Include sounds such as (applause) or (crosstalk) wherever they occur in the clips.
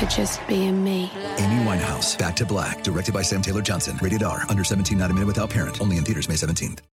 for just being me. Amy Winehouse, Back to Black, directed by Sam Taylor Johnson. Rated R, under 17, not a minute without parent. Only in theaters May 17th.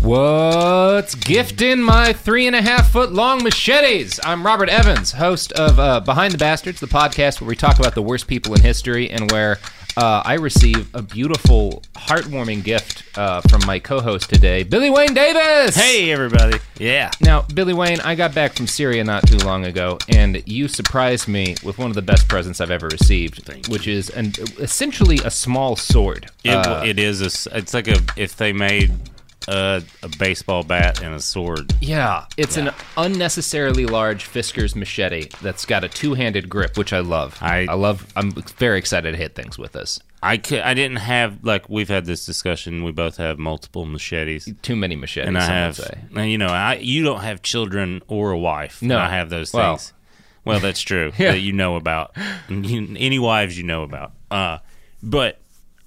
What's gifting my three and a half foot long machetes? I'm Robert Evans, host of uh, Behind the Bastards, the podcast where we talk about the worst people in history and where uh, I receive a beautiful, heartwarming gift uh, from my co host today, Billy Wayne Davis. Hey, everybody. Yeah. Now, Billy Wayne, I got back from Syria not too long ago, and you surprised me with one of the best presents I've ever received, which is an, essentially a small sword. It, Uh, it is. A, s- it's like a if they made a, a baseball bat and a sword. Yeah, it's an unnecessarily large Fisker's machete that's got a two-handed grip, which I love. I- I love. I'm very excited to hit things with this. I could. I didn't have like we've had this discussion. We both have multiple machetes, Too many machetes. and I some would have. say. now, You know, I you don't have children or a wife. No. and I have those Well. things. Well, that's true. (laughs) Yeah. That you know about. You, any wives you know about. Uh, but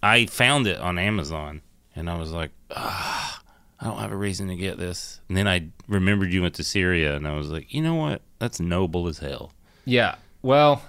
I found it on Amazon, and I was like, ah, I don't have a reason to get this. And then I remembered you went to Syria, and I was like, you know what? That's noble as hell. Yeah. Well,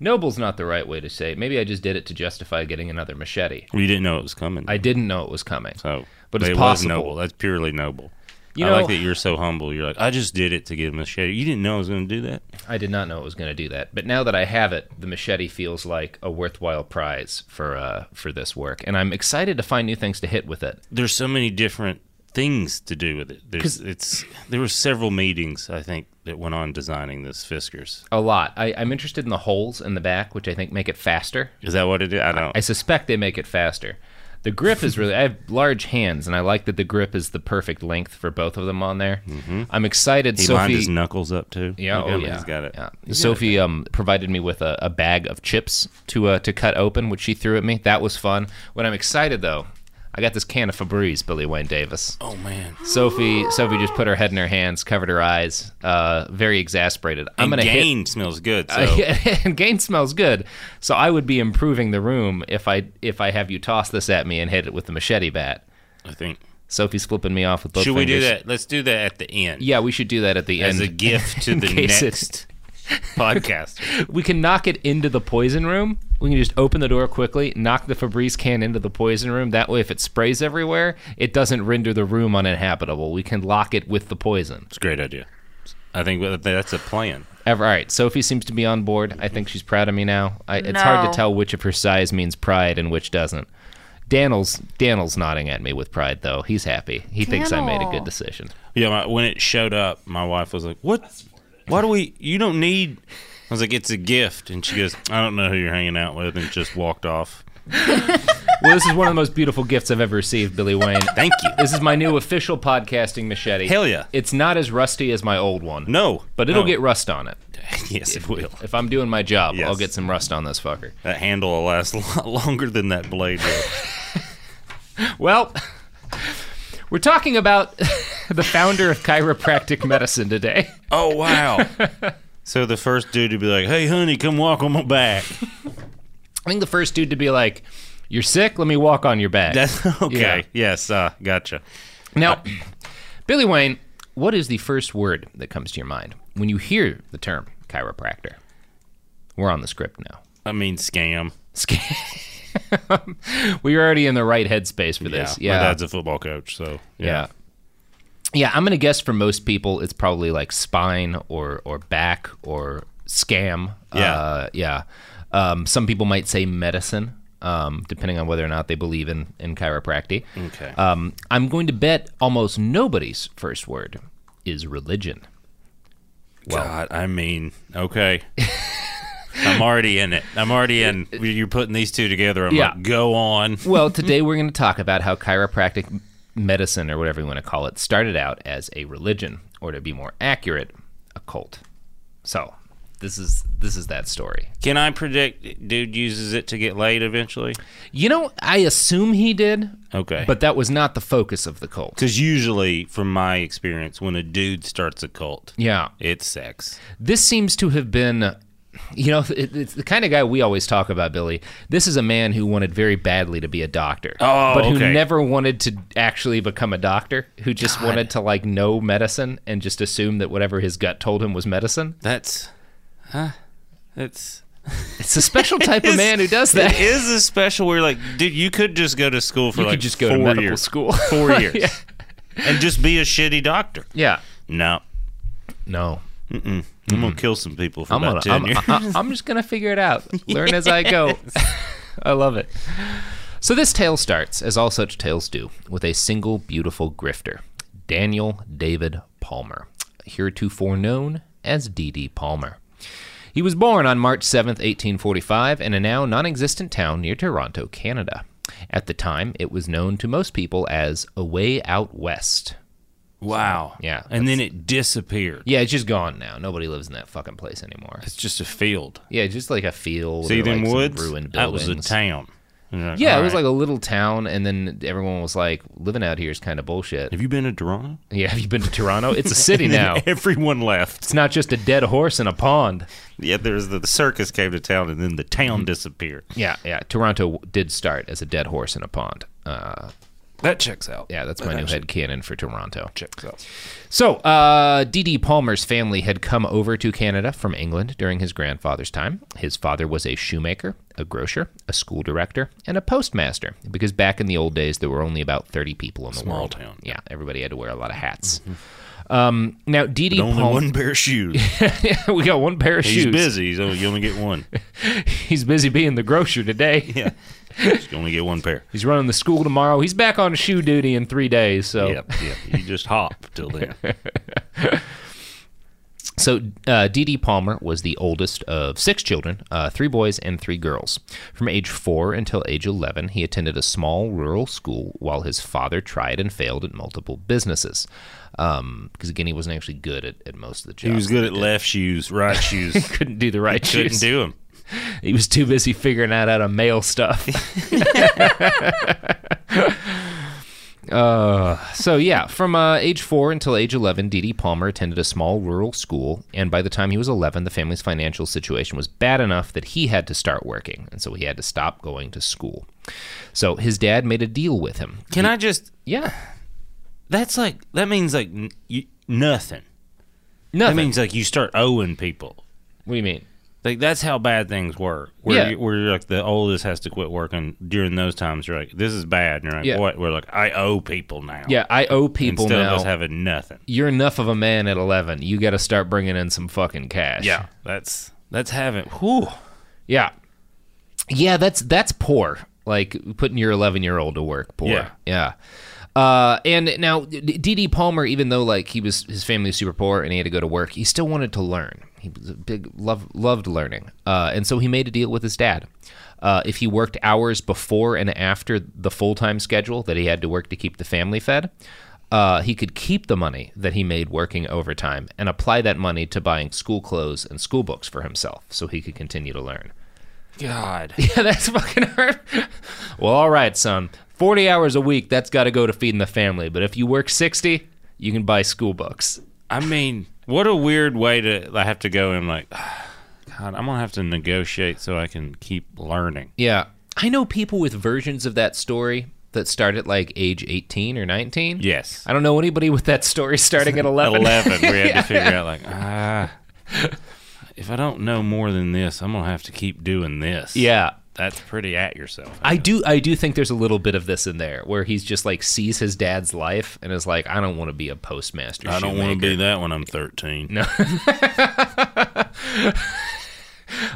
noble's not the right way to say. it. Maybe I just did it to justify getting another machete. We didn't know it was coming. I didn't know it was coming. so, but it's it possible. was noble. That's purely noble. You I know- like that you're so humble. You're like, I just did it to get a machete. You didn't know I was going to do that. I did not know it was going to do that, but now that I have it, the machete feels like a worthwhile prize for uh, for this work, and I'm excited to find new things to hit with it. There's so many different things to do with it. There's, it's there were several meetings I think that went on designing this Fiskars. A lot. I, I'm interested in the holes in the back, which I think make it faster. Is that what it is? I don't. I suspect they make it faster. The grip is really. I have large hands, and I like that the grip is the perfect length for both of them on there. Mm-hmm. I'm excited. he lined Sophie, his knuckles up too. yeah, Look oh at him, yeah, he's got it. yeah. Sophie um, provided me with a, a bag of chips to uh, to cut open, which she threw at me. That was fun. What I'm excited though, I got this can of Febreze, Billy Wayne Davis. Oh man, Sophie, Sophie just put her head in her hands, covered her eyes, uh, very exasperated. I'm and gonna hit- Gain smells good. So (laughs) and gain smells good. So I would be improving the room if I if I have you toss this at me and hit it with the machete bat. I think Sophie's flipping me off with both. should we do fingers. that? Let's do that at the end. Yeah, we should do that at the as end a gift (laughs) to in the case it- next (laughs) podcast. we can knock it into the poison room. We can just open the door quickly, knock the Febreze can into the poison room. That way, if it sprays everywhere, it doesn't render the room uninhabitable. We can lock it with the poison. It's a great idea. I think that- that's a plan. Ever, all right, Sophie seems to be on board. I think she's proud of me now. I, it's hard No. to tell which of her size means pride and which doesn't. Daniel's Daniel's nodding at me with pride, though. He's happy. He thinks I made a good Daniel. decision. Yeah, my, when it showed up, my wife was like, "What? Why do we? You don't need." I was like, "It's a gift," and she goes, "I don't know who you're hanging out with," and just walked off. Well, this is one of the most beautiful gifts I've ever received, (laughs) Billy Wayne. Thank you. This is my new official podcasting machete. Hell yeah. It's not as rusty as my old one. No, But it'll no. get rust on it. (laughs) yes, it will. If I'm doing my job, Yes. I'll get some rust on this fucker. That handle will last (laughs) a lot longer than that blade (laughs) will. Well, (laughs) we're talking about (laughs) the founder of chiropractic medicine today. oh wow! (laughs) so the first dude to be like, "Hey, honey, come walk on my back." I think the first dude to be like, You're sick. Let me walk on your back. (laughs) That's okay. (laughs) Yeah. Yes, uh, gotcha. Now, (clears throat) Billy Wayne, what is the first word that comes to your mind when you hear the term chiropractor? We're on the script now. (laughs) I mean, scam. Scam. we were already in the right headspace for this. Yeah. My dad's a football coach, so yeah. Yeah, I'm going to guess for most people it's probably like spine or or back or scam. Yeah. Uh, yeah. Um, some people might say medicine. Um, depending on whether or not they believe in, in chiropractic. Okay. Um, I'm going to bet almost nobody's first word is religion. God, I mean, okay. (laughs) I'm already in it. I'm already in. You're putting these two together. I'm Yeah. like, go on. Well, today we're going to talk about how chiropractic medicine, or whatever you want to call it, started out as a religion, or to be more accurate, a cult. So this is this is that story. Can I predict dude uses it to get laid eventually? You know, I assume he did, Okay. but that was not the focus of the cult. because usually, from my experience, when a dude starts a cult, Yeah, it's sex. this seems to have been. You know, it, it's the kind of guy we always talk about, Billy. This is a man who wanted very badly to be a doctor, Oh, but who okay. never wanted to actually become a doctor. Who just wanted to like know medicine and just assume that whatever his gut told him was medicine. That's, huh? That's It's a (laughs) special type of man who does (laughs) that. It is a special where, like, dude, you could just go to school for You could like just go to four medical years, school. (laughs) (laughs) four years, and just be a shitty doctor. Yeah. No, No. I'm gonna kill some people for Mm-hmm. I'm gonna, about 10 I'm, years. I, I'm just gonna figure it out. Learn as I go. (laughs) I love it. So this tale starts, as all such tales do, with a single beautiful grifter, Daniel David Palmer, heretofore known as D.D. Palmer. He was born on March 7, 1845, in a now non existent town near Toronto, Canada. At the time, it was known to most people as Away Out West. (laughs) wow. Yeah, And then it disappeared. Yeah, it's just gone now. Nobody lives in that fucking place anymore. It's just a field. Yeah, just like a field. See or them like some woods? ruined that was buildings. a town. Yeah, it was like a little town, and then everyone was like, "Living out here is kind of bullshit." Have you been to Toronto? Yeah, have you been to Toronto? It's (laughs) a (laughs) city now. Everyone left. (laughs) It's not just a dead horse in a pond. Yeah, there was the, the circus came to town, and then the town disappeared. Mm-hmm. Yeah, yeah. Toronto did start as a dead horse in a pond. Uh, That checks out. yeah, that's my new headcanon for Toronto. Checks out. So, uh, D.D. Palmer's family had come over to Canada from England during his grandfather's time. His father was a shoemaker, a grocer, a school director, and a postmaster, because back in the old days, there were only about 30 people in the Small world. town. Mm-hmm. Yeah, everybody had to wear a lot of hats. Um, now, D.D. Only Palmer. one pair of shoes. (laughs) we got one pair of He's shoes. busy, so you only get one. (laughs) He's busy being the grocer today. Yeah, just only get one pair. He's running the school tomorrow. He's back on shoe duty in three days. So, Yep, yep. You just hop (laughs) till then. So, uh, Dee Dee Palmer was the oldest of six children, uh, three boys and three girls. From age four until age 11, he attended a small rural school while his father tried and failed at multiple businesses. Because, again, he wasn't actually good at, at most of the jobs. He was good at left shoes, right shoes. (laughs) Couldn't do the right Couldn't shoes. do them. He was too busy figuring out how to mail stuff. (laughs) Uh, so yeah, from uh, age four until age eleven, Dee Dee Palmer attended a small rural school, and by the time he was eleven, the family's financial situation was bad enough that he had to start working, and so he had to stop going to school. So his dad made a deal with him. Can I just? Yeah, That's like that means like n- you, nothing. That nothing. means like you start owing people. what do you mean? Like that's how bad things were. Where Yeah. you, where you're like the oldest has to quit working during those times. You're like, this is bad. And you're like, Yeah. what? We're like, I owe people now. Yeah, I owe people Instead now. of us having nothing. You're enough of a man at eleven. You got to start bringing in some fucking cash. Yeah, that's that's having. Whew. Yeah. Yeah, that's that's poor. Like putting your 11 year old to work poor. Yeah. Yeah. Uh, and now D.D. Palmer, even though like he was his family was super poor and he had to go to work, he still wanted to learn. He was a big love loved learning, uh, and so he made a deal with his dad. Uh, if he worked hours before and after the full time schedule that he had to work to keep the family fed, uh, he could keep the money that he made working overtime and apply that money to buying school clothes and school books for himself, so he could continue to learn. God. (laughs) Yeah, that's fucking hard. well, all right, son. 40 hours a week, that's got to go to feeding the family. But if you work 60, you can buy school books. I mean, what a weird way to I "Ah, have to go and like, God, I'm gonna have to negotiate so I can keep learning. Yeah. I know people with versions of that story that start at like age 18 or 19. Yes. I don't know anybody with that story starting (laughs) at 11. 11 we (laughs) had to figure out like ah if i don't know more than this i'm gonna have to keep doing this Yeah. that's pretty at yourself I do I do think there's a little bit of this in there where he's just like sees his dad's life and is like I don't want to be a postmaster. i don't want to be that when i'm 13 no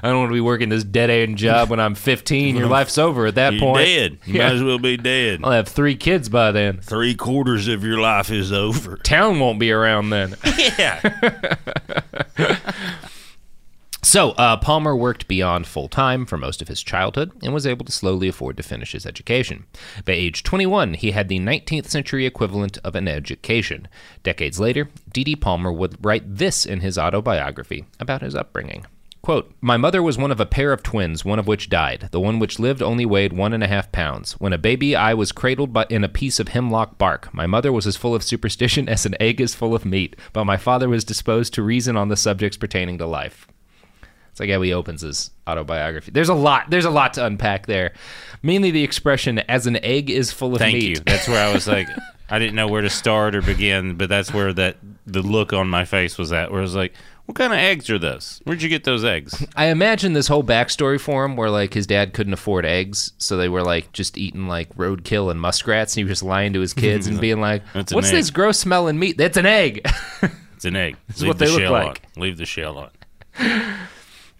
I don't want to be working this dead end job when I'm (laughs) 15. Your life's over at that you're point. dead you Yeah. might as well be dead I'll have three kids by then. three quarters of your life is (laughs) over Town won't be around then. yeah So, uh, Palmer worked beyond full time for most of his childhood and was able to slowly afford to finish his education. By age 21, he had the 19th century equivalent of an education. Decades later, D.D. Palmer would write this in his autobiography about his upbringing. Quote, My mother was one of a pair of twins, one of which died. The one which lived only weighed one and a half pounds. When a baby, I was cradled by, in a piece of hemlock bark. My mother was as full of superstition (laughs) as an egg is full of meat, but my father was disposed to reason on the subjects pertaining to life. It's like how he opens his autobiography. There's a lot. There's a lot to unpack there. Mainly the expression "as an egg is full of thank meat." you that's where i was like i didn't know where to start or begin but that's where that the look on my face was at where i was like what kind of eggs are those where'd you get those eggs I imagine this whole backstory for him, where like his dad couldn't afford eggs, so they were like just eating like roadkill and muskrats, and he was just lying to his kids (laughs) and being like, That's an "What's this egg." gross smelling meat? That's an egg." (laughs) It's an egg. Leave what the they look shell like. on. Leave the shell on. (laughs)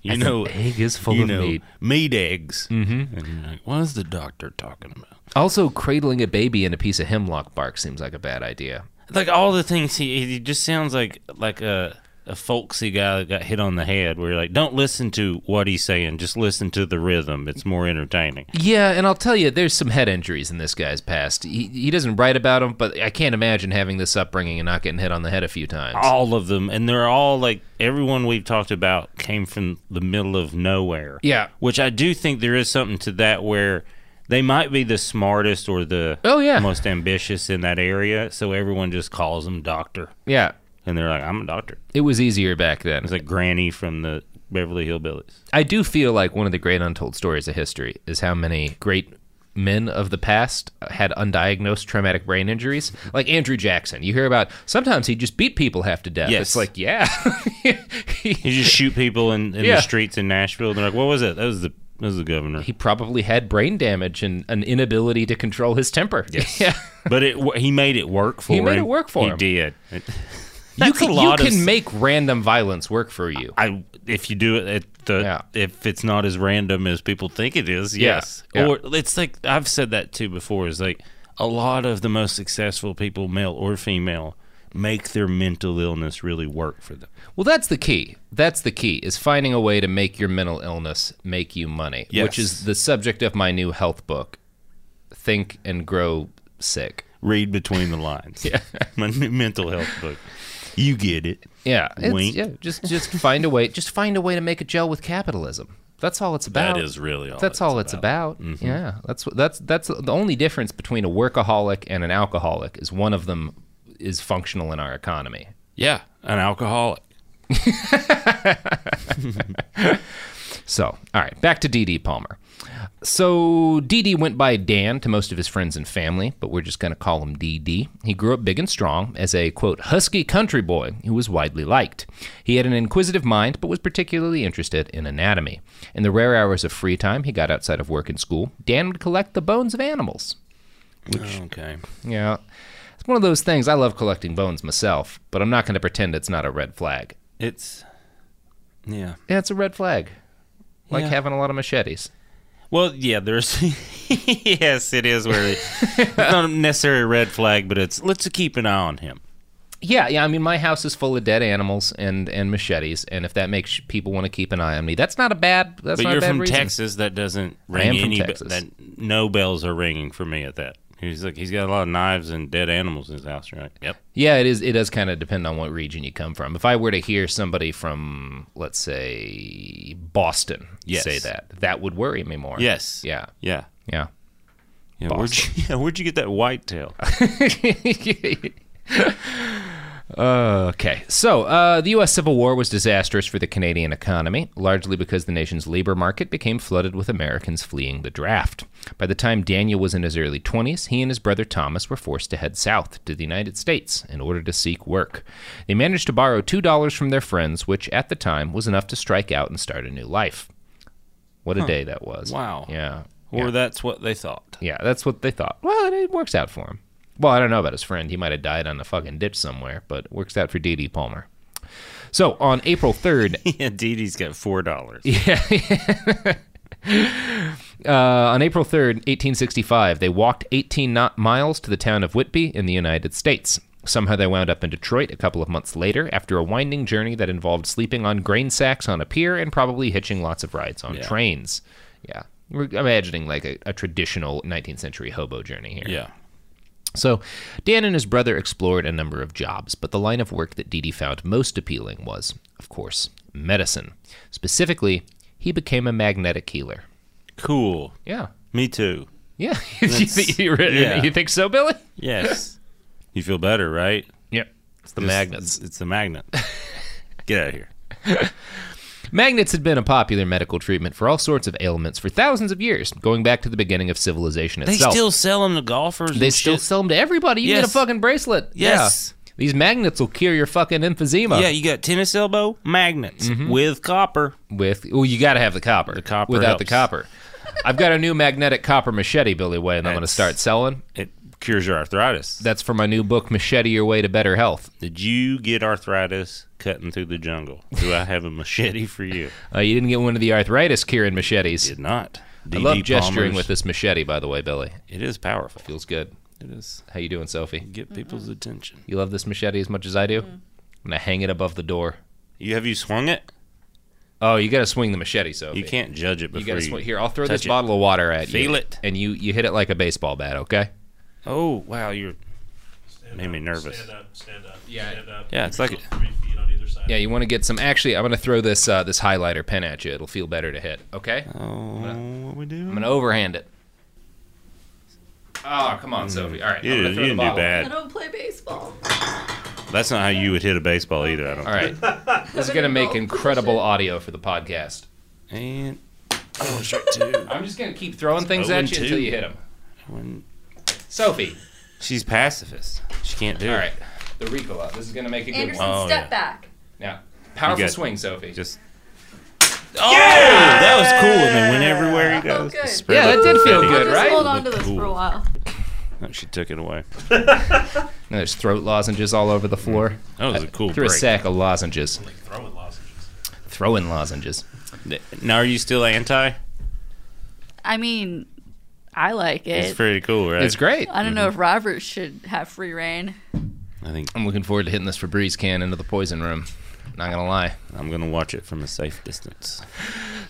You know, egg is full you of know, meat. eggs. Mm-hmm. And you're like, what is the doctor talking about? also, cradling a baby in a piece of hemlock bark seems like a bad idea. Like all the things he he just sounds like like a a folksy guy that got hit on the head. Where you're like, don't listen to what he's saying. Just listen to the rhythm. It's more entertaining. Yeah, and I'll tell you, there's some head injuries in this guy's past. He, he doesn't write about them, but I can't imagine having this upbringing and not getting hit on the head a few times. All of them, and they're all like everyone we've talked about came from the middle of nowhere. Yeah. which I do think there is something to that where they might be the smartest or the Oh, yeah. most ambitious in that area, so everyone just calls them doctor, Yeah, and they're like, "I'm a doctor." it was easier back then. It's like Granny from the Beverly Hillbillies. I do feel like one of the great untold stories of history is how many great men of the past had undiagnosed traumatic brain injuries. Like Andrew Jackson, you hear about sometimes he just beat people half to death. Yes. It's like, yeah. (laughs) he, You just shoot people in, in Yeah. the streets in Nashville. They're like, "What was it?" That was the that was the governor. he probably had brain damage and an inability to control his temper. (laughs) Yeah. But it he made it work for He him. made it work for he him. did. It- You That's a can, you lot of can s- make random violence work for you. I if you do it at the Yeah. if it's not as random as people think it is, Yeah, yes. yeah. Or it's like I've said that too before. Is like a lot of the most successful people, male or female, make their mental illness really work for them. Well, that's the key. That's the key is finding a way to make your mental illness make you money, which Yes. is the subject of my new health book, Think and Grow Sick. Read between the (laughs) lines. yeah. (laughs) My new mental health book. You get it. Yeah, it's- Wink. yeah. Just just find a way. Just find a way to make a gel with capitalism. That's all it's about. That is really all. That's it's Mm-hmm. all it's about. Yeah, that's what- that's that's the only difference between a workaholic and an alcoholic is one of them is functional in our economy. Yeah, an alcoholic. So, all right, back to DD Palmer. So, DD went by Dan to most of his friends and family, but we're just going to call him DD. He grew up big and strong as a, quote, husky country boy who was widely liked. He had an inquisitive mind, but was particularly interested in anatomy. In the rare hours of free time he got outside of work and school, Dan would collect the bones of animals. Okay. Yeah. It's one of those things. I love collecting bones myself, but I'm not going to pretend it's not a red flag. It's yeah. Yeah, it's a red flag. Like Yeah. having a lot of machetes. Well, yeah, there's. (laughs) yes, it is where it's not necessarily a red flag, but it's let's keep an eye on him. Yeah, yeah. I mean, my house is full of dead animals and and machetes, and if that makes people want to keep an eye on me, that's not a bad. That's but not you're a bad from reason. Texas. That doesn't I am ring from any. be- Texas. That no bells are ringing for me at that. He's like he's got a lot of knives and dead animals in his house. Right? Yep. Yeah, it is. It does kind of depend on what region you come from. If I were to hear somebody from, let's say, Boston Yes. say that, that would worry me more. Yes. Yeah. Yeah. Yeah. (laughs) Yeah. Where'd you, yeah, where'd you get that white tail? Okay, so uh, the U.S. Civil War was disastrous for the Canadian economy, largely because the nation's labor market became flooded with Americans fleeing the draft. By the time Daniel was in his early 20s, he and his brother Thomas were forced to head south to the United States in order to seek work. They managed to borrow $2 from their friends, which at the time was enough to strike out and start a new life. What a day that was. Wow. Yeah. (laughs) Or yeah. that's what they thought. Yeah, that's what they thought. Well, it, it works out for him. Well, I don't know about his friend. He might have died on a fucking ditch somewhere, but it works out for Dee Dee Palmer. So on April (laughs) 3rd, Yeah, Dee Dee's got four dollars. uh, on April 3rd, 1865, they walked 18 knot miles to the town of Whitby in the United States. Somehow they wound up in Detroit a couple of months later after a winding journey that involved sleeping on grain sacks on a pier and probably hitching lots of rides on Yeah. trains. Yeah. We're imagining like a, a traditional 19th century hobo journey here. Yeah. So, Dan and his brother explored a number of jobs, but the line of work that Dee Dee found most appealing was, of course, medicine. Specifically, he became a magnetic healer. Cool. Yeah. (laughs) Me too. Yeah. you, thi- you re- yeah. you think so, Billy? Yes. you feel better, right? Yeah. It's the It's- magnets. It's, it's (laughs) the magnet. Get out of here. Magnets had been a popular medical treatment for all sorts of ailments for thousands of years, going back to the beginning of civilization They itself. still sell them to golfers. they and still shit? sell them to everybody. You get a Yes. fucking bracelet. Yes. Yeah. These magnets will cure your fucking emphysema. Yeah, you got tennis elbow magnets Mm-hmm. with copper. with well you got to have the copper the copper without the helps. copper i've got a new magnetic copper machete billy way and i'm going to start That's- selling It cures your arthritis. that's for my new book machete your way to better health Did you get arthritis cutting through the jungle? Do I have a machete for you? uh, you didn't get one of the arthritis curing machetes Did not. (laughs) i DD love gesturing Palmer's- with this machete by the way billy It is powerful. feels good It is. how you doing sophie Get people's attention. you love this machete as much as i do i'm going to hang it above the door You have you swung it? oh you got to swing the machete sophie You can't judge it you before got you. to swing here i'll throw touch this it. bottle of water at you Feel it. and you you hit it like a baseball bat okay Oh wow, you're made me nervous. Stand up, stand up. Yeah. Stand up. Yeah, it's like Put Three feet on either side. Yeah, you want to get some. Actually, I'm gonna throw this uh, this highlighter pen at you. It'll feel better to hit. Okay, I'm oh, what we do? gonna overhand it. Oh, come on, Sophie. All right, You I'm gonna didn't, throw the Mm-hmm. you didn't do bottle. I bad. don't play baseball. That's not how you would hit a baseball either. I don't. All right, this is gonna make incredible audio for the podcast. And oh, strike two. I'm just gonna keep throwing things at you 0-2. until you hit them. One- Sophie. She's pacifist. She can't do All it. right, the Ricola. This is gonna make a good Anderson, one. Oh, step yeah. back. Now, powerful You got- swing, Sophie. Just. Oh, that was cool, and they went everywhere he felt goes. good. Spread Yeah, that it. did feel good, (laughs) Just right? hold on to Look this for cool. a while. No, she took it away. Now there's throat lozenges all over the floor. That was a cool Threw a break. sack of lozenges. Like throwing lozenges. Throwing lozenges. Now, are you still anti? I mean, I like It's it. pretty cool, right? It's great. I don't know if Robert should have free reign. I think I'm looking forward to hitting this Febreze can into the poison room. Not gonna lie. I'm gonna watch it from a safe distance.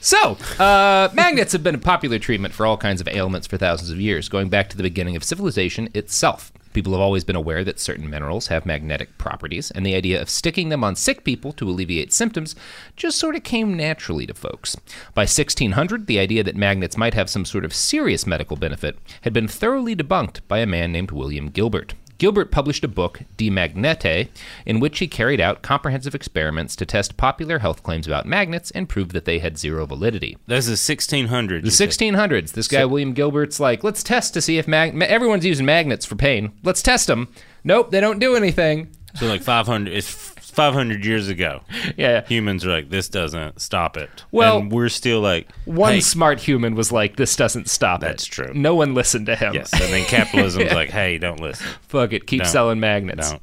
So, uh, (laughs) magnets have been a popular treatment for all kinds of ailments for thousands of years, going back to the beginning of civilization itself. People have always been aware that certain minerals have magnetic properties, and the idea of sticking them on sick people to alleviate symptoms just sort of came naturally to folks. By 1600, the idea that magnets might have some sort of serious medical benefit had been thoroughly debunked by a man named William Gilbert. Gilbert published a book, De Magnete, in which he carried out comprehensive experiments to test popular health claims about magnets and prove that they had zero validity. That's a 1600. The 1600s, this guy William Gilbert's like, let's test to see if mag- ma- everyone's using magnets for pain. Let's test them. Nope, they don't do anything. So like 500. It's 500 years (laughs) ago. Yeah. Humans are like, this doesn't stop it. Well- and we're still like One hey. smart human was like, this doesn't stop it. That's true. No one listened to him. (laughs) Yes, and then (laughs) capitalism's like, hey, don't listen, (laughs) Fuck it, keep Don't. selling magnets. don't.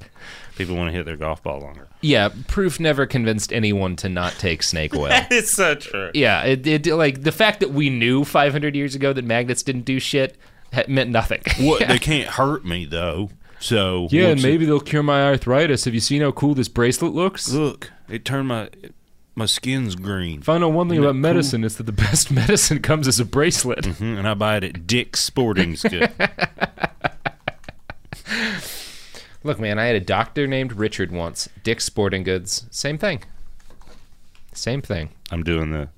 People want to hit their golf ball longer. Yeah, proof never convinced anyone to not take snake oil. It's so true. Yeah, it, it like the fact that we knew 500 years ago that magnets didn't do shit ha- meant (laughs) nothing. What they can't hurt me though. So what's it- they'll cure my arthritis. Have you seen how cool this bracelet looks? look, it turned my my skin's green, I know one thing about medicine, it's that the (laughs) best medicine comes as a bracelet. Mhm, and I buy it at Dick's Sporting Goods. (laughs) Look, man, I had a doctor named Richard once. Dick's Sporting Goods, same thing. Same thing. I'm doing the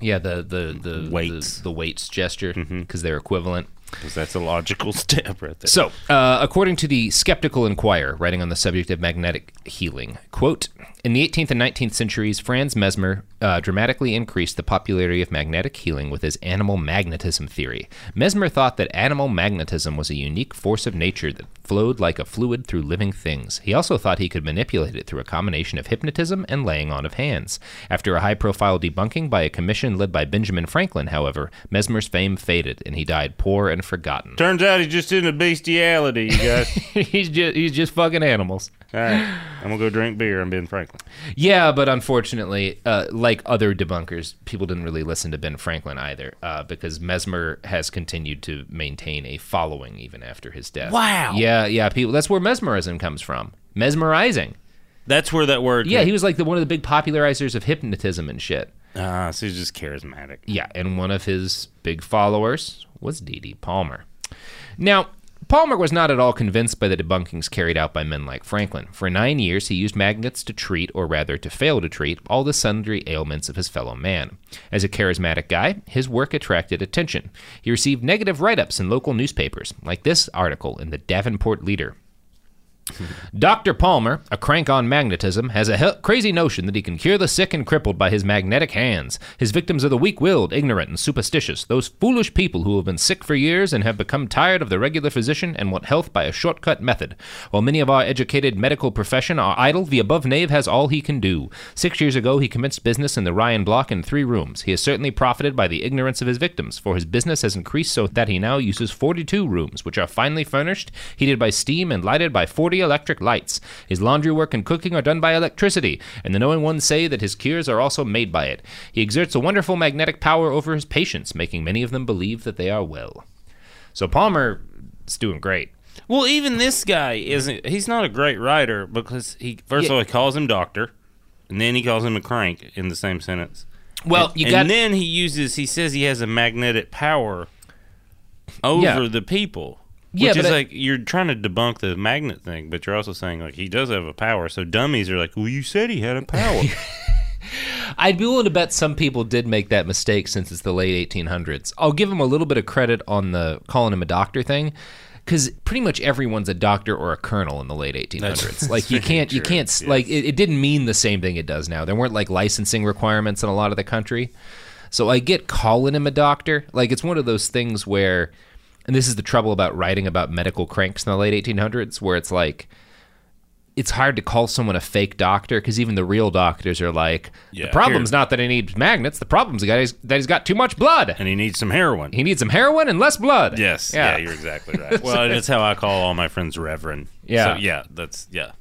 Yeah, the the the Weights. the, the weights gesture because they're equivalent. because that's a logical (laughs) step right there. So, uh, according to the Skeptical Inquirer, writing on the subject of magnetic healing, quote, in the 18th and 19th centuries, Franz Mesmer uh, dramatically increased the popularity of magnetic healing with his animal magnetism theory. Mesmer thought that animal magnetism was a unique force of nature that flowed like a fluid through living things. He also thought he could manipulate it through a combination of hypnotism and laying on of hands. After a high profile debunking by a commission led by Benjamin Franklin, however, Mesmer's fame faded and he died poor and forgotten. turns out he's just into bestiality, you guys. (laughs) (laughs) he's just he's just fucking animals. All right, I'm gonna go drink beer. I'm Ben Franklin. Yeah, but unfortunately, uh, like other debunkers, people didn't really listen to Ben Franklin either, uh, because Mesmer has continued to maintain a following even after his death. Wow. Yeah, yeah, people. That's where mesmerism comes from. Mesmerizing. That's where that word. Yeah, he was like the one of the big popularizers of hypnotism and shit. Ah, so he's just charismatic. Yeah, and one of his big followers was Dee Dee Palmer. Now, Palmer was not at all convinced by the debunkings carried out by men like Franklin. For nine years, he used magnets to treat, or rather to fail to treat, all the sundry ailments of his fellow man. As a charismatic guy, his work attracted attention. He received negative write ups in local newspapers, like this article in the Davenport Leader. Dr. Palmer, a crank on magnetism, has a hel- crazy notion that he can cure the sick and crippled by his magnetic hands. His victims are the weak willed, ignorant, and superstitious, those foolish people who have been sick for years and have become tired of the regular physician and want health by a shortcut method. While many of our educated medical profession are idle, the above knave has all he can do. Six years ago, he commenced business in the Ryan Block in three rooms. He has certainly profited by the ignorance of his victims, for his business has increased so that he now uses 42 rooms, which are finely furnished, heated by steam, and lighted by 40 electric lights. His laundry work and cooking are done by electricity, and the knowing ones say that his cures are also made by it. He exerts a wonderful magnetic power over his patients, making many of them believe that they are well. So Palmer is doing great. Well, even this guy isn't. He's not a great writer because he first of Yeah. all he calls him doctor, and then he calls him a crank in the same sentence. Well, you and got then he uses. He says he has a magnetic power over Yeah. the people. Which Yeah, is but I- like you're trying to debunk the magnet thing, but you're also saying like he does have a power. So dummies are like, well, you said he had (laughs) a power. I'd be willing to bet some people did make that mistake since it's the late 1800s. I'll give him a little bit of credit on the calling him a doctor thing, because pretty much everyone's a doctor or a colonel in the late 1800s. (laughs) That's- like you that's very can't, you true, can't, s like it, it didn't mean the same thing it does now. There weren't like licensing requirements in a lot of the country, so I get calling him a doctor. Like it's one of those things where, and this is the trouble about writing about medical cranks in the late 1800s, where it's like it's hard to call someone a fake doctor because even the real doctors are like, Yeah. the problem's Here. not that he needs magnets. The problem's the guy is that he's got too much blood. and he needs some heroin. He needs some heroin and less blood. yes, yeah. Yeah. you're exactly (laughs) right. Well, that's how I call all my friends Reverend. Yeah. so, yeah, that's yeah,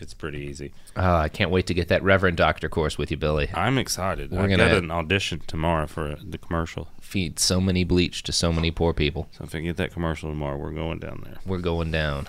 it's pretty easy. Oh, I can't wait to get that Reverend Doctor course with you, Billy. I'm excited. We're I gonna- got an audition tomorrow for uh, the commercial. Feed so many bleach to so many poor people. So if I get that commercial tomorrow, we're going down there. We're going down.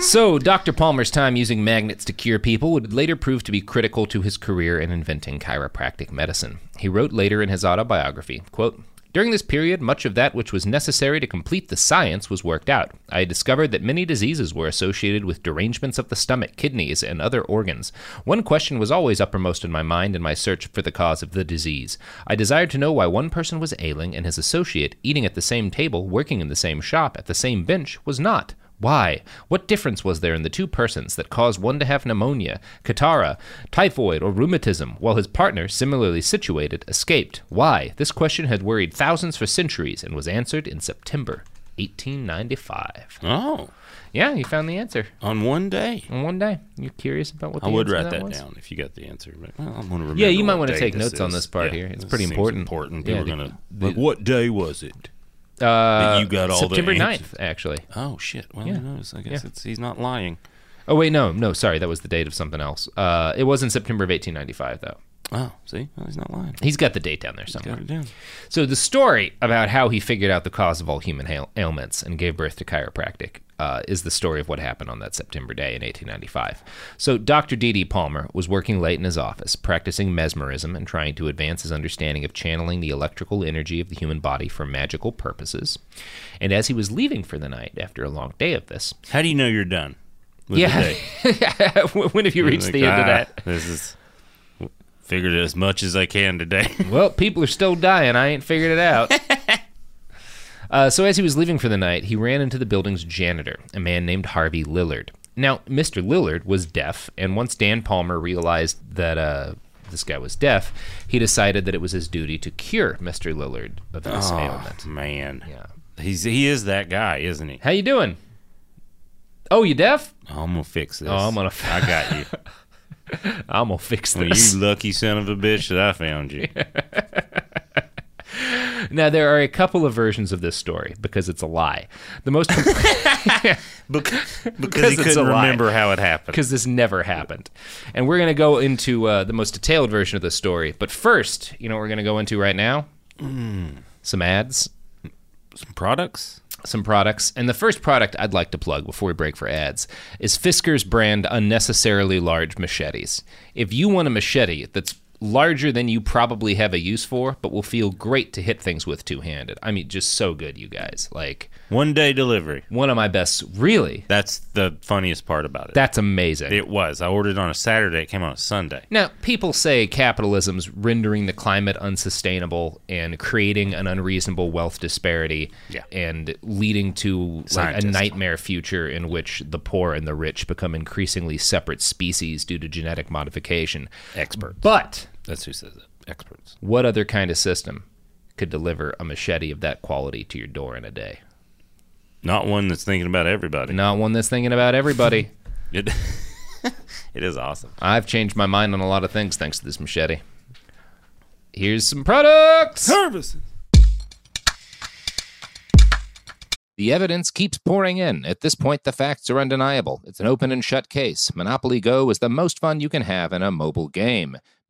so, Dr. Palmer's time using magnets to cure people would later prove to be critical to his career in inventing chiropractic medicine. He wrote later in his autobiography, quote, during this period, much of that which was necessary to complete the science was worked out. I had discovered that many diseases were associated with derangements of the stomach, kidneys, and other organs. One question was always uppermost in my mind in my search for the cause of the disease. I desired to know why one person was ailing and his associate, eating at the same table, working in the same shop, at the same bench, was not. Why? What difference was there in the two persons that caused one to have pneumonia, catarrh, typhoid, or rheumatism, while his partner, similarly situated, escaped? Why? This question had worried thousands for centuries and was answered in September 1895. Oh, Yeah, you found the answer on one day. in one day. You're curious about what the I would answer write to that, was? down if you got the answer. But, well, I'm gonna remember. Yeah, you might what want to day take notes on is. this part Yeah, here. It's this pretty seems important. Important. Yeah, People are the- gonna. like, what day was it? that you got all Uh, September the 9th, answers? actually. Oh shit! Well, Yeah. I notice. I guess Yeah. it's, he's not lying. Oh, wait, no, no, sorry. That was the date of something else. Uh, it was in September of 1895, though. Oh, see, well, he's not lying. He's got the date down there somewhere. Got it down. So the story about how he figured out the cause of all human hail- ailments and gave birth to chiropractic uh, is the story of what happened on that September day in 1895. So Dr. D. D. Palmer was working late in his office, practicing mesmerism and trying to advance his understanding of channeling the electrical energy of the human body for magical purposes. And as he was leaving for the night after a long day of this, (laughs) How do you know you're done? with the yeah, day? (laughs) when have you reached Like, the end of ah, that? (laughs) This is figured as (laughs) much as I can today. Well, people are still dying. I ain't figured it out. Uh, so as he was leaving for the night, he ran into the building's janitor, a man named Harvey Lillard. Now, Mr. Lillard was deaf, and once Dan Palmer realized that uh, this guy was deaf, he decided that it was his duty to cure Mr. Lillard of this Ah. ailment. Oh, Man, Yeah. he's he is that guy, isn't he? How you doing? Oh, you deaf? I'm gonna fix this. Oh, I'm gonna f- I (laughs) got you. I'm gonna fix Well, this. you lucky son of a bitch that I found you. Now there are a couple of versions of this story because it's a lie. The (laughs) most Because, Because he it's couldn't a lie. remember how it happened. because this never happened. And we're going to go into uh, the most detailed version of the story. But first, you know what we're going to go into right now? Some ads, products. some products. And the first product I'd like to plug before we break for ads is Fisker's brand Unnecessarily Large Machetes. If you want a machete that's larger than you probably have a use for, but will feel great to hit things with two handed, I mean, just so good, you guys. Like, One day delivery. one of my best, really. That's the funniest part about it. That's amazing. it was. I ordered on a Saturday. It came on a Sunday. Now, people say capitalism's rendering the climate unsustainable and creating an unreasonable wealth disparity Yeah. and leading to like, a Scientist. nightmare future in which the poor and the rich become increasingly separate species due to genetic modification. Experts. But That's who says it. Experts. what other kind of system could deliver a machete of that quality to your door in a day? Not one that's thinking about everybody. Not one that's thinking about (laughs) everybody. It, it is awesome. I've changed my mind on a lot of things thanks to this machete. Here's some products. (laughs) (gasps) Services. The evidence keeps pouring in. At this point, the facts are undeniable. It's an open and shut case. Monopoly Go is the most fun you can have in a mobile game.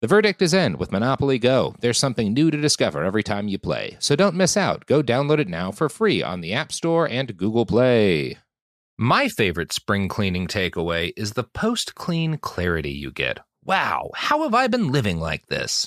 The verdict is in with Monopoly Go. There's something new to discover every time you play. So don't miss out. Go download it now for free on the App Store and Google Play. My favorite spring cleaning takeaway is the post clean clarity you get. Wow, how have I been living like this?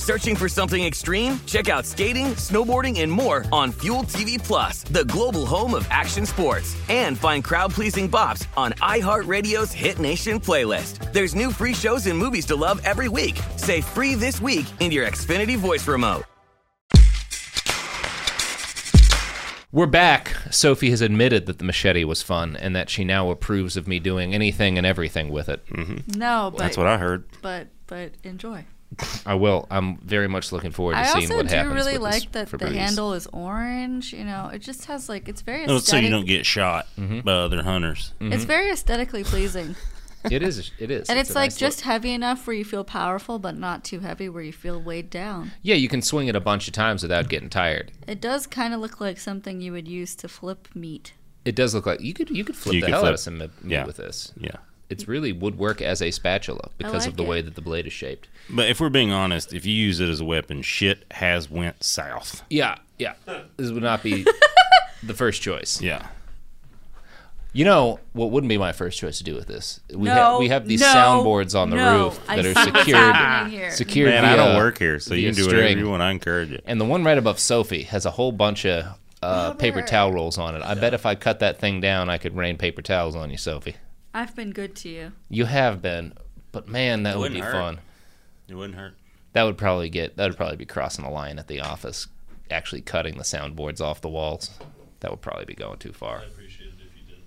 Searching for something extreme? Check out skating, snowboarding, and more on Fuel TV Plus, the global home of action sports. And find crowd-pleasing bops on iHeartRadio's Hit Nation playlist. There's new free shows and movies to love every week. Say free this week in your Xfinity voice remote. We're back. Sophie has admitted that the machete was fun and that she now approves of me doing anything and everything with it. No, but That's what I heard. but but enjoy. I will. I'm very much looking forward to I seeing also what do happens. really with like this that the Febreze. handle is orange. You know, it just has like it's very Oh, aesthetic. so you don't get shot Mm-hmm. by other hunters. It's very aesthetically pleasing, It is. It is. and it's, a like nice look. just heavy enough where you feel powerful, but not too heavy where you feel weighed down. Yeah, you can swing it a bunch of times without getting tired. It does kind of look like something you would use to flip meat. It does look like you could you could flip You the could hell out flip- of some meat yeah. with this. Yeah. it's really would work as a spatula because like of the it. way that the blade is shaped. But if we're being honest, if you use it as a weapon, shit has went south. Yeah, yeah. This would (laughs) not be the first choice. Yeah. You know what wouldn't be my first choice to do with this? We No, have we have these no, soundboards on the no. roof I that are see what's happening secured here. secured Man, I via- don't work here, so you via can do whatever string. you want. I encourage it. And the one right above Sophie has a whole bunch of uh, paper Robert. towel rolls on it. I bet if I cut that thing down, I could rain paper towels on you, Sophie. I've been good to you. You have been, but man, that would Wouldn't be hurt. fun. It wouldn't hurt. That would probably get that would probably be crossing a line at the office, actually cutting the soundboards off the walls. That would probably be going too far. Appreciate it if you did.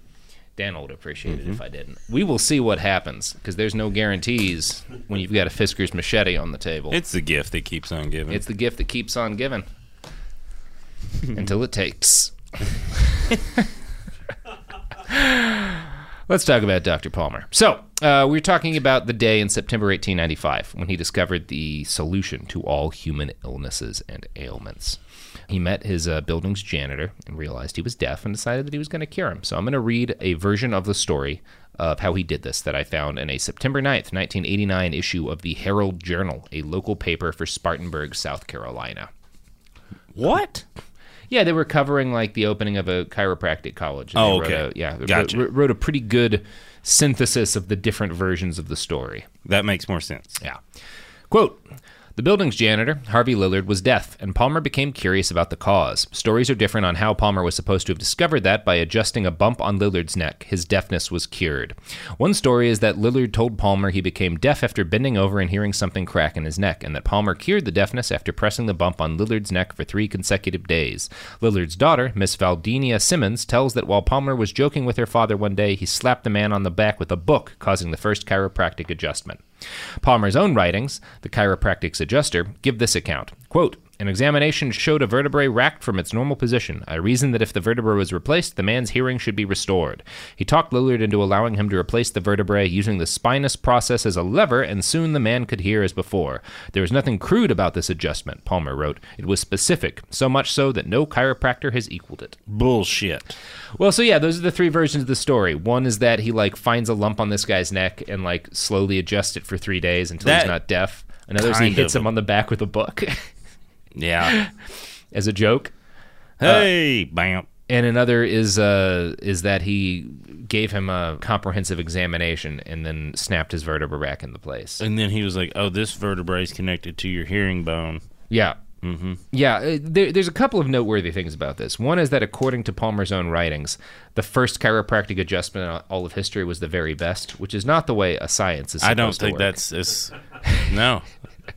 Dan would appreciate it if I didn't. We will see what happens because there's no guarantees when you've got a Fisker's machete on the table. It's the gift that keeps on giving. It's the gift that keeps on giving until it takes. Let's talk about Dr. Palmer. So, uh, we are talking about the day in September 1895 when he discovered the solution to all human illnesses and ailments. He met his uh, building's janitor and realized he was deaf and decided that he was going to cure him. So, I'm going to read a version of the story of how he did this that I found in a September 9th, 1989 issue of the Herald Journal, a local paper for Spartanburg, South Carolina. what? Yeah, they were covering like the opening of a chiropractic college. and Oh, they wrote a- okay. yeah, they Gotcha. wrote, wrote a pretty good synthesis of the different versions of the story. That makes more sense. Yeah. Quote The building's janitor, Harvey Lillard, was deaf, and Palmer became curious about the cause. Stories are different on how Palmer was supposed to have discovered that by adjusting a bump on Lillard's neck, his deafness was cured. One story is that Lillard told Palmer he became deaf after bending over and hearing something crack in his neck, and that Palmer cured the deafness after pressing the bump on Lillard's neck for three consecutive days. Lillard's daughter, Miss Valdinia Simmons, tells that while Palmer was joking with her father one day, he slapped the man on the back with a book, causing the first chiropractic adjustment. Palmer's own writings, The Chiropractic's Adjuster, give this account. Quote, an examination showed a vertebrae racked from its normal position. I reasoned that if the vertebra was replaced, the man's hearing should be restored. He talked Lillard into allowing him to replace the vertebrae using the spinous process as a lever, and soon the man could hear as before. There was nothing crude about this adjustment, Palmer wrote. It was specific, so much so that no chiropractor has equaled it. Bullshit. Well, so yeah, those are the three versions of the story. One is that he like finds a lump on this guy's neck and like slowly adjusts it for three days until he's That- not deaf. Another is he kind hits of. him on the back with a book (laughs) (gasps) Yeah. as a joke, hey, bam. and another is uh is that he gave him a comprehensive examination and then snapped his vertebra back into place. And then he was like, "Oh, this vertebra is connected to your hearing bone." Yeah. Mm-hmm. Yeah, uh, there, there's a couple of noteworthy things about this. One is that, according to Palmer's own writings, the first chiropractic adjustment in all of history was the very best, which is not the way a science is. Supposed I don't to think work. that's it's no.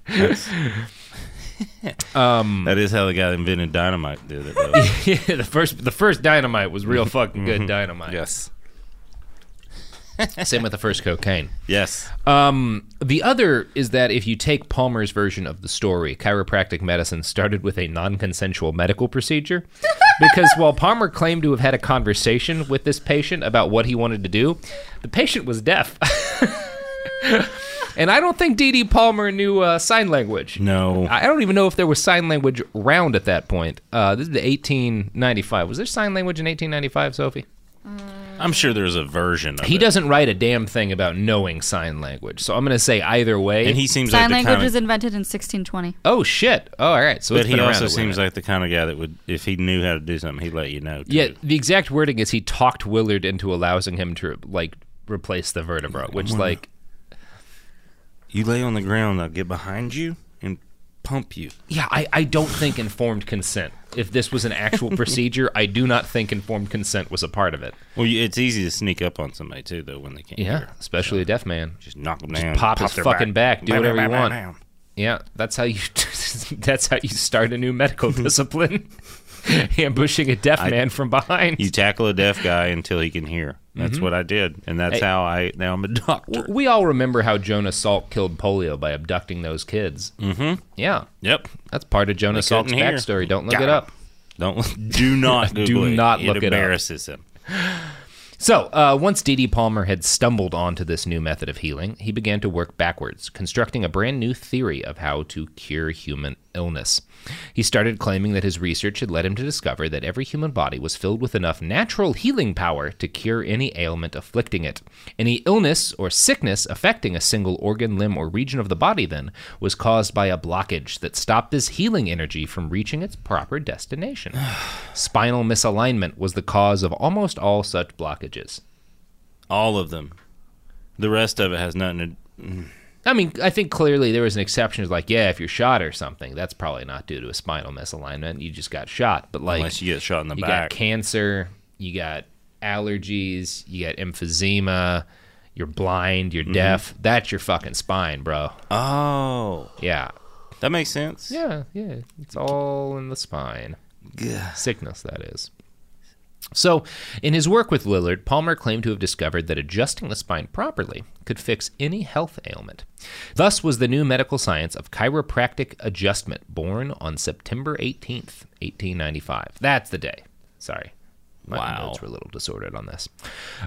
That's- (laughs) that is how the guy that invented dynamite did it. Though. (laughs) (laughs) yeah, the first the first dynamite was real fucking good dynamite. Mm-hmm. yes. (laughs) Same with the first cocaine. Yes. The other is that if you take Palmer's version of the story, chiropractic medicine started with a non-consensual medical (laughs) procedure because while Palmer claimed to have had a conversation with this patient about what he wanted to do, the patient was deaf. (laughs) and I don't think D.D. Palmer knew uh, sign language. no. I I don't even know if there was sign language round at that point. Uh, this is the 1895. Was there sign language in 1895, Sophie? I'm sure there's a version of He it. doesn't write a damn thing about knowing sign language. So I'm going to say either way. And he seems Sign like the language kind was of, invented in 1620. oh shit! Oh, all right. So but it's he been around a also wee seems minute. like the kind of guy that would, if he knew how to do something, he'd let you know. Too. yeah. The exact wording is he talked Willard into allowing him to like replace the vertebra, which wanna- like You lay on the ground, I'll get behind you and pump you. yeah, I I don't think informed consent. If this was an (laughs) actual procedure, I do not think informed consent was a part of it. Well, you, it's easy to sneak up on somebody too, though, when they can't. hear. especially a deaf man. Just knock them down. pop his their fucking back, do Bam, whatever bam, you bam, want. bam. Yeah, that's how you. (laughs) that's how you start a new (laughs) medical discipline. (laughs) Ambushing a deaf man from behind. You tackle a deaf guy until he can hear. That's Mm-hmm. what I did, and that's how I now I'm a doctor. W- We all remember how Jonah Salt killed polio by abducting those kids. Mm-hmm. Yeah, yep. that's part of Jonah They Salt's couldn't hear. backstory. Don't look Got it up. Don't do not (laughs) Do Google it. not look it up. it embarrasses him. So, uh, once D.D. Palmer had stumbled onto this new method of healing, he began to work backwards, constructing a brand new theory of how to cure human illness. He started claiming that his research had led him to discover that every human body was filled with enough natural healing power to cure any ailment afflicting it. Any illness or sickness affecting a single organ, limb, or region of the body, then, was caused by a blockage that stopped this healing energy from reaching its proper destination. (sighs) Spinal misalignment was the cause of almost all such blockages. All of them. The rest of it has nothing to. I mean, I think clearly there was an exception. It's like, yeah, if you're shot or something, that's probably not due to a spinal misalignment. You just got shot. But like, Unless you get shot in the you back. got cancer, you got allergies, you got emphysema, you're blind, Mm-hmm. you're deaf. That's your fucking spine, bro. oh, Yeah. that makes sense. Yeah, yeah. It's all in the spine. Sickness, that is. So, in his work with Lillard, Palmer claimed to have discovered that adjusting the spine properly could fix any health ailment. Thus was the new medical science of chiropractic adjustment born on September 18th, 1895. That's the day. Sorry. My Wow. notes were a little disordered on this.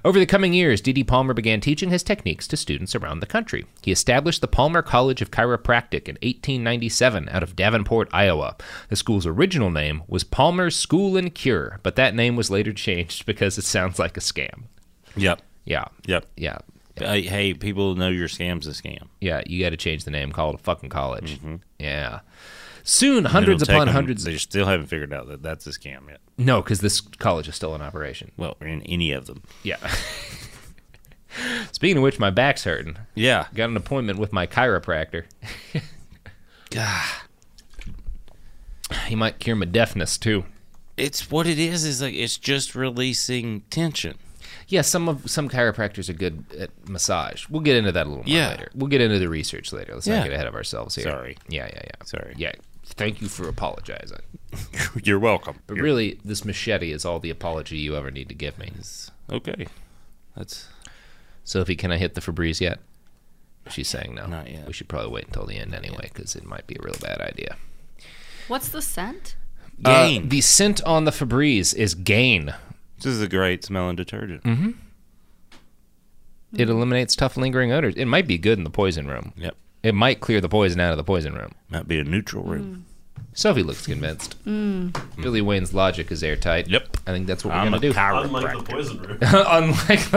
Over the coming years, D.D. Palmer began teaching his techniques to students around the country. He established the Palmer College of Chiropractic in 1897 out of Davenport, Iowa. The school's original name was Palmer's School and Cure, but that name was later (laughs) changed because it sounds like a scam. Yep. Yeah. Yep. Yeah. Uh, hey, people know your scam's a scam. Yeah, you got to change the name, call it a fucking college. Yeah. Soon, hundreds upon hundreds. They still haven't figured out that that's a scam yet. No, because this college is still in operation. Well, in any of them. Yeah. (laughs) Speaking of which, my back's hurting. Yeah. Got an appointment with my (laughs) chiropractor. He might cure my deafness too. It's what it is. Is like it's just releasing tension. Yeah, some of some chiropractors are good at massage. We'll get into that a little more Yeah. later. We'll get into the research later. Let's Yeah. not get ahead of ourselves here. Sorry. Yeah, yeah, yeah. Sorry. Yeah. Thank you for apologizing. (laughs) You're welcome. But really, this machete is all the apology you ever need to give me. Okay. That's Sophie, can I hit the Febreze yet? She's saying no. Not yet. We should probably wait until the end anyway, because it might be a real bad idea. What's the scent? Uh, gain. the scent on the Febreze is gain. this is a great smelling detergent. It eliminates tough lingering odors. It might be good in the poison room. Yep. It might clear the poison out of the poison room. Might be a neutral room. Mm-hmm. Sophie looks convinced. Billy Wayne's logic is airtight. Yep. I think that's what I'm we're gonna a do. Unlike the chiropractor. poison room. (laughs) Unlike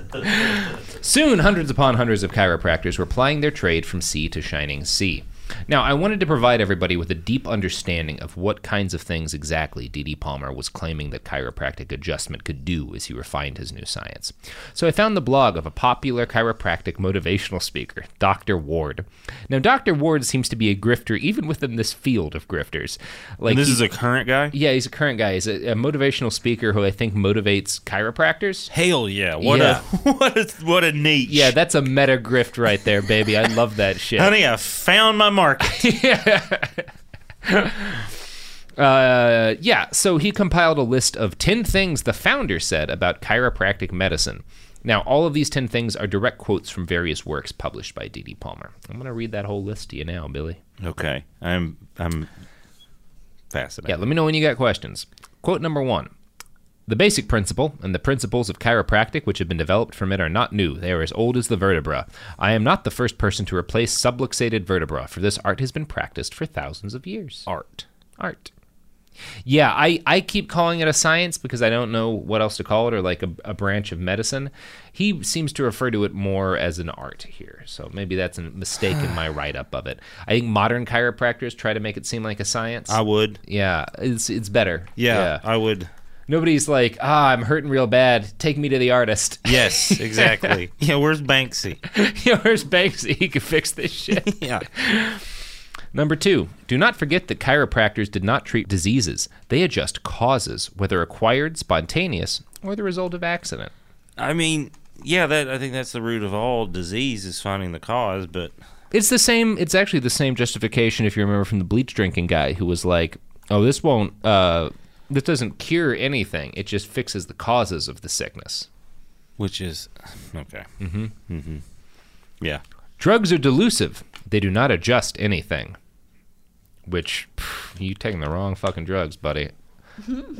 the poison (laughs) room. Soon, hundreds upon hundreds of chiropractors were plying their trade from sea to shining sea. Now, I wanted to provide everybody with a deep understanding of what kinds of things exactly D.D. Palmer was claiming that chiropractic adjustment could do as he refined his new science. So I found the blog of a popular chiropractic motivational speaker, Dr. Ward. Now, Dr. Ward seems to be a grifter even within this field of grifters. Like And this he- is a current guy. yeah, he's a current guy. He's a, a motivational speaker who I think motivates chiropractors. Hell yeah! What Yeah. a (laughs) what a what a niche. Yeah, that's a meta grift right there, baby. I love that shit. (laughs) honey, I found my market. (laughs) Uh, yeah, so he compiled a list of 10 things the founder said about chiropractic medicine. Now, all of these 10 things are direct quotes from various works published by D.D. Palmer. I'm going to read that whole list to you now, Billy. okay, I'm I'm Yeah, fascinated. let me know when you got questions. Quote number one The basic principle and the principles of chiropractic which have been developed from it are not new. They are as old as the vertebra. I am not the first person to replace subluxated vertebra, for this art has been practiced for thousands of years. Art. Art. Yeah, I, I keep calling it a science because I don't know what else to call it or like a, a branch of medicine. He seems to refer to it more as an art here. So maybe that's a mistake in my write up of it. I think modern chiropractors try to make it seem like a science. I would. Yeah, it's it's better. Yeah, I would. Nobody's like, ah, I'm hurting real bad. Take me to the artist. (laughs) Yes, exactly. yeah, where's Banksy? (laughs) you know, where's Banksy? He can fix this shit. (laughs) Yeah. Number two, do not forget that chiropractors did not treat diseases. They adjust causes, whether acquired, spontaneous, or the result of accident. I mean, yeah, that I think that's the root of all disease is finding the cause, but It's the same. It's actually the same justification if you remember from the bleach drinking guy who was like, "Oh, this won't. Uh, this doesn't cure anything. It just fixes the causes of the sickness." which is okay. Mm-hmm. Mm-hmm. Yeah. Drugs are delusive. They do not adjust anything. Which pff, you taking the wrong fucking drugs, buddy.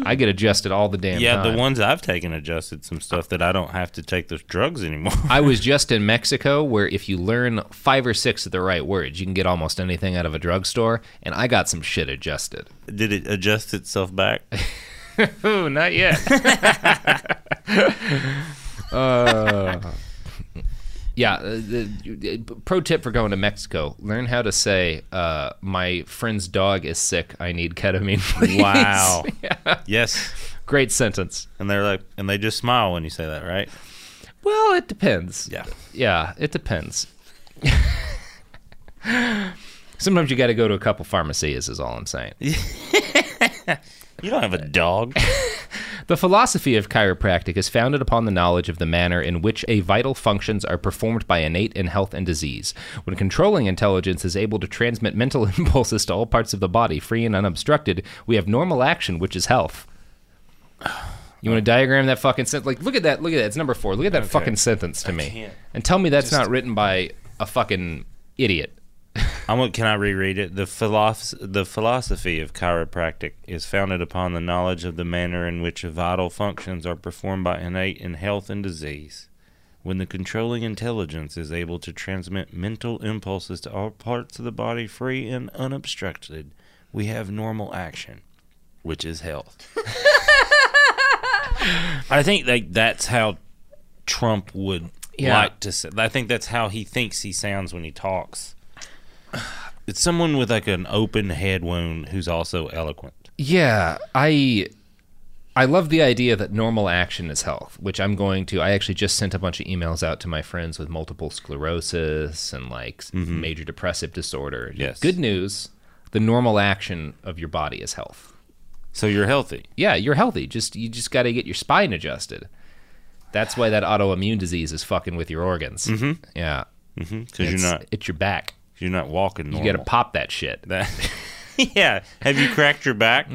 I get adjusted all the damn Yeah, time. the ones I've taken adjusted some stuff that I don't have to take those drugs anymore. I was just in Mexico where if you learn five or six of the right words, you can get almost anything out of a drugstore, and I got some shit adjusted. (laughs) Did it adjust (laughs) itself back? Ooh, not (laughs) yet. Uh, yeah. uh, the- uh, pro tip for going to Mexico: learn how to say, uh, "My friend's dog is sick. I need ketamine." (laughs) please." (laughs) Wow. Yes. Great sentence. And they're like, and they just smile when you say that, right? Well, it depends. Yeah. Yeah, it depends. (laughs) Sometimes you got to go to a couple pharmacies. Is all I'm saying. You don't have a dog. The philosophy of chiropractic is founded upon the knowledge of the manner in which a vital functions are performed by innate in health and disease. When controlling intelligence is able to transmit mental (laughs) impulses to all parts of the body, free and unobstructed, we have normal action, which is health. (sighs) You want to diagram that fucking sentence? Like, look at that. Look at that. It's number four. Look at that fucking sentence to me. And tell me that's not written by a fucking idiot. I'm. gonna- Can I reread it? The philosoph- the philosophy of chiropractic is founded upon the knowledge of the manner in which vital functions are performed by innate in health and disease. When the controlling intelligence is able to transmit mental impulses to all parts of the body, free and unobstructed, we have normal action, which (laughs) is health. I think like that's how Trump would Yeah. like to say. I think that's how he thinks he sounds when he talks. It's someone with like an open head wound who's also eloquent. Yeah, I I love the idea that normal action is health, which I'm going to I actually just sent a bunch of emails out to my friends with multiple sclerosis and like s- major depressive disorder. Mm-hmm. Yes. Good news, the normal action of your body is health. So you're healthy. Yeah, you're healthy. Just you just got to get your spine adjusted. That's why that autoimmune disease is fucking with your organs. Mm-hmm. Yeah. Because you're It's- not it's your back. you're not walking normal. (laughs) You got to pop that shit. that. (laughs) yeah. Have you cracked your back?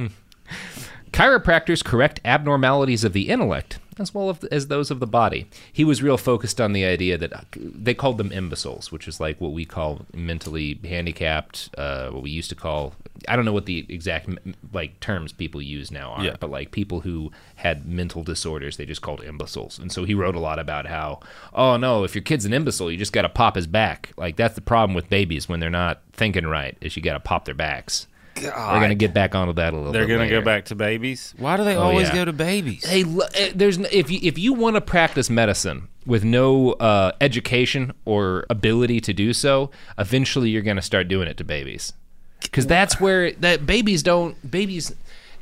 Chiropractors correct abnormalities of the intellect as well of- as those of the body. He was real focused on the idea that uh, they called them imbeciles, which is like what we call mentally handicapped, uh, what we used to call I don't know what the exact m- like terms people use now are, Yeah. but like people who had mental disorders, they just called imbeciles. And so he wrote a lot about how, oh no, if your kid's an imbecile, you just got to pop his back. Like that's the problem with babies when they're not thinking right, is you got to pop their backs. We're gonna get back onto that a little. They're bit gonna go later. back to babies. Why do they Oh, always yeah. go to babies? Hey, l- eh, there's n- if you, if you want to practice medicine with no uh, education or ability to do so, eventually you're going to start doing it to babies, because that's where that babies don't babies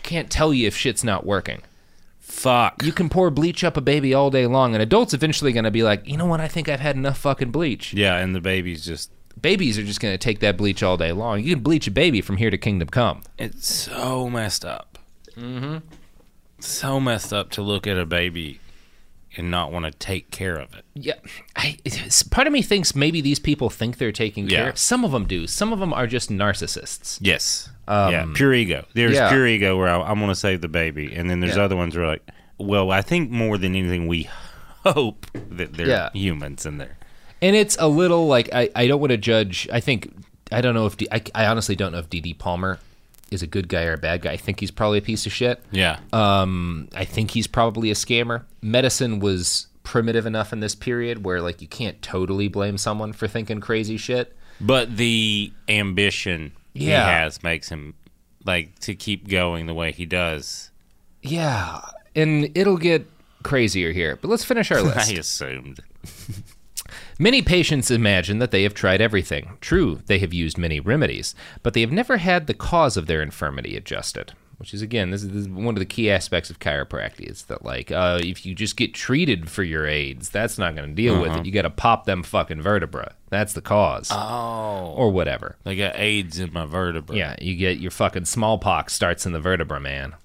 can't tell you if shit's not working. Fuck. You can pour bleach up a baby all day long, and adults eventually going to be like, you know what? I think I've had enough fucking bleach. Yeah, and the babies just Babies are just going to take that bleach all day long. You can bleach a baby from here to kingdom come. It's so messed up. Mm-hmm. So messed up to look at a baby and not want to take care of it. Yeah, I, it's- part of me thinks maybe these people think they're taking care. Yeah. Some of them do. Some of them are just narcissists. Yes. yeah. Pure ego. There's Um, yeah. pure ego where I, I want to save the baby, and then there's other ones where like, well, I think more than anything, we hope that they're Yeah. humans in there. And it's a little like I, I don't want to judge. I think I don't know if D, I, I honestly don't know if D.D. Palmer is a good guy or a bad guy. I think he's probably a piece of shit. Yeah. Um, I think he's probably a scammer. Medicine was primitive enough in this period where like you can't totally blame someone for thinking crazy shit. but the ambition he Yeah. has makes him like to keep going the way he does. Yeah, and it'll get crazier here. But let's finish (laughs) our list. I assumed. Many patients imagine that they have tried everything. True, they have used many remedies, but they have never had the cause of their infirmity adjusted. Which is again, this is, this is one of the key aspects of chiropractic is that like, uh, if you just get treated for your AIDS, that's not going to deal with it. You got to pop them fucking vertebra. That's the cause. Oh, or whatever. They got AIDS in my vertebra. Yeah, you get your fucking smallpox starts in the vertebra, man.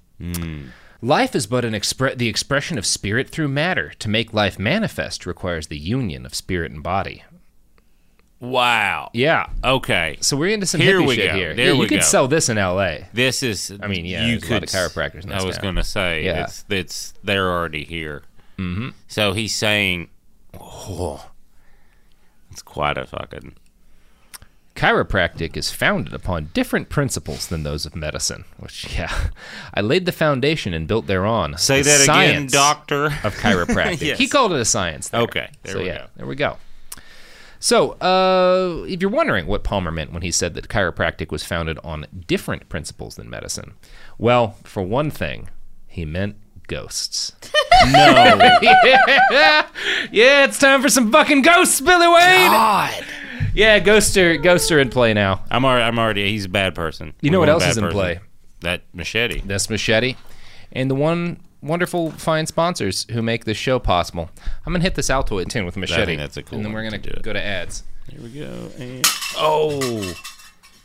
Life is but an expre- the expression of spirit through matter. To make life manifest requires the union of spirit and body. Wow. Yeah. Okay. So we're into some Here hippie we shit go. here. There yeah, you we could go. sell this in L.A. This is. I mean, yeah, you there's a lot of chiropractors in I this was town. going to say, Yeah. it's it's they're already here. Mm-hmm. So he's saying, oh, it's quite a fucking Chiropractic is founded upon different principles than those of medicine, which, yeah, (laughs) I laid the foundation and built thereon. Say the that again, science (laughs) doctor. Of chiropractic. Yes. He called it a science. there. Okay, there so, we yeah, go. There we go. So, uh, if you're wondering what Palmer meant when he said that chiropractic was founded on different principles than medicine, well, for one thing, he meant ghosts. (laughs) No. yeah, yeah, it's time for some fucking ghosts, Billy Wayne. Yeah, ghosts are ghosts are in play now. I'm already, I'm already, he's a bad person. You know We what want a else bad is in play? That machete. That's Machete, and the one wonderful fine sponsors who make this show possible. I'm gonna hit this Altoid tin with Machete. that's a cool And then we're one gonna to do it. go to ads. Here we go. And, oh.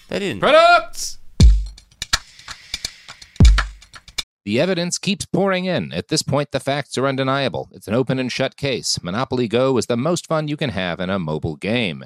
That didn't. Products. The evidence keeps pouring in. At this point, the facts are undeniable. It's an open and shut case. Monopoly Go is the most fun you can have in a mobile game.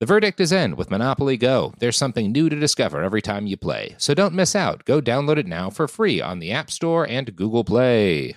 The verdict is in with Monopoly Go. There's something new to discover every time you play. So don't miss out. Go download it now for free on the App Store and Google Play.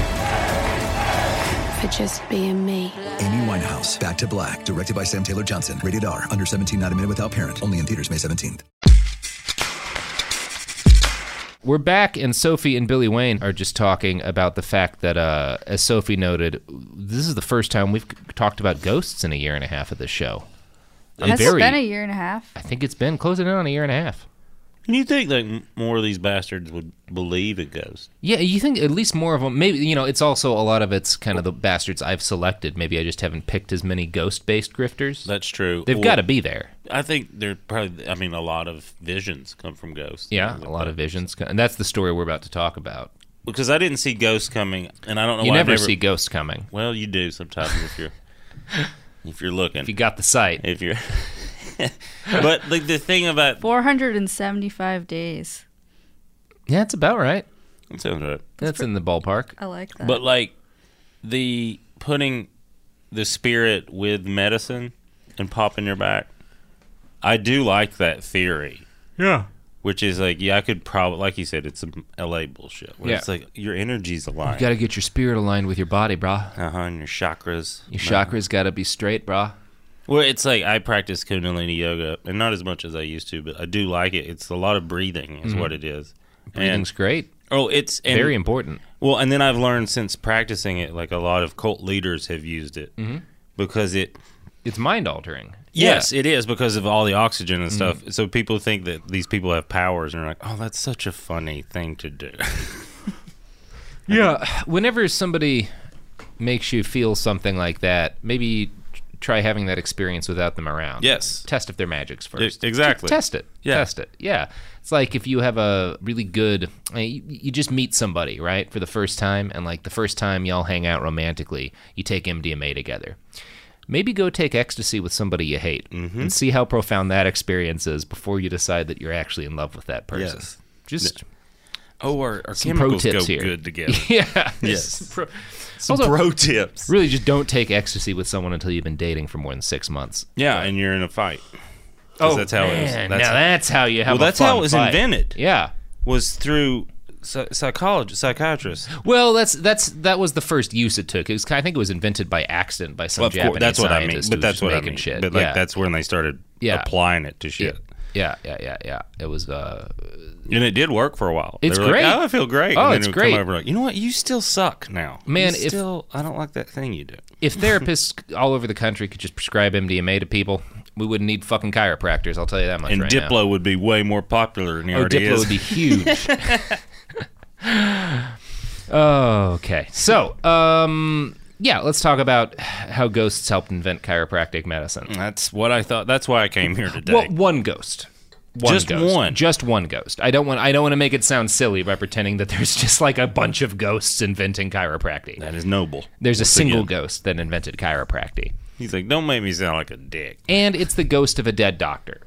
for just being me. Amy Winehouse, Back to Black, directed by Sam Taylor Johnson. Rated R, under 17, not a minute without parent. Only in theaters May 17th. We're back, and Sophie and Billy Wayne are just talking about the fact that, uh, as Sophie noted, this is the first time we've talked about ghosts in a year and a half of this show. I'm Has it very- been a year and a half? I think it's been closing in on a year and a half. You think that m- more of these bastards would believe a ghost? Yeah, you think at least more of them. Maybe you know, it's also a lot of it's kind of the bastards I've selected. Maybe I just haven't picked as many ghost-based grifters. That's true. They've got to be there. I think they're probably. I mean, a lot of visions come from ghosts. Yeah, a lot of visions, and that's the story we're about to talk about. Because I didn't see ghosts coming, and I don't know. You why I Oh, never see ghosts coming Well, you do sometimes (laughs) if you're if you're looking. if you got the sight. If you're. (laughs) but like the thing about 475 days. Yeah, that's about right. that sounds right. That's in the ballpark. I like that. But like the putting the spirit with medicine and popping your back, I do like that theory. Yeah. Which is like, yeah, I could probably, like you said, it's some LA bullshit. Where Yeah. It's like your energy's aligned. You got to get your spirit aligned with your body, brah. uh-huh, and your chakras. Your chakras got to be straight, brah. Well, it's like I practice Kundalini yoga, and not as much as I used to, but I do like it. It's a lot of breathing, is what it is. Mm-hmm. Breathing's and, great. Oh, it's and, Very important. Well, and then I've learned since practicing it, like a lot of cult leaders have used it Mm-hmm. because it It's mind altering. Yes, it is because of all the oxygen and Mm-hmm. stuff. So people think that these people have powers, and they're like, "Oh, that's such a funny thing to do." Yeah. Whenever somebody makes you feel something like that, maybe tr- try having that experience without them around. Yes. Test if their magic's first. E- exactly. Just test it. Yeah. Test it. Yeah. It's like if you have a really good, I mean, you, you just meet somebody, right, for the first time, and like the first time y'all hang out romantically, you take MDMA together. Maybe go take ecstasy with somebody you hate Mm-hmm. and see how profound that experience is before you decide that you're actually in love with that person. Yes. Just oh, our, our some pro chemicals tips go here. (laughs) good together. yeah. Yes. (laughs) Pro- Some Also- pro tips. Really, just don't take ecstasy with someone until you've been dating for more than six monts. Yeah, and you're in a fight. 'Cause that's how it is. Oh, Man, That's now how- that's how you have. Oh, Well, a that's how fun it was fight. invented. Yeah, Was through psy- psychologist, psychiatrist. Well, that's that's that was the first use it took. It was, I think it was invented by accident by some Well, of Japanese course, that's what I mean. scientist who But was that's just what I making mean. shit. But like yeah. that's when they started Yeah. applying it to shit, yeah, yeah, yeah, yeah. It was uh, and it did work for a while. It's they were like, great. oh, I feel great. Oh, and then it's it would come great. over like, you know what? You still suck now, Man, You if- still, I don't like that thing you do. if therapists (laughs) all over the country could just prescribe MDMA to people, we wouldn't need fucking chiropractors. I'll tell you that much. And right Diplo now. would be way more popular than he oh, already Diplo is. would be huge. (laughs) (laughs) okay, so um, yeah, let's talk about how ghosts helped invent chiropractic medicine. that's what I thought. That's why I came here today. Well, one ghost. One Just ghost. one. Just one ghost. I don't want. I don't want to make it sound silly by pretending that there's (laughs) just like a bunch of ghosts inventing chiropractic. that is noble. there's a Once single again. ghost that invented chiropractic, He's like, don't make me sound like a dick. and it's the ghost of a dead doctor.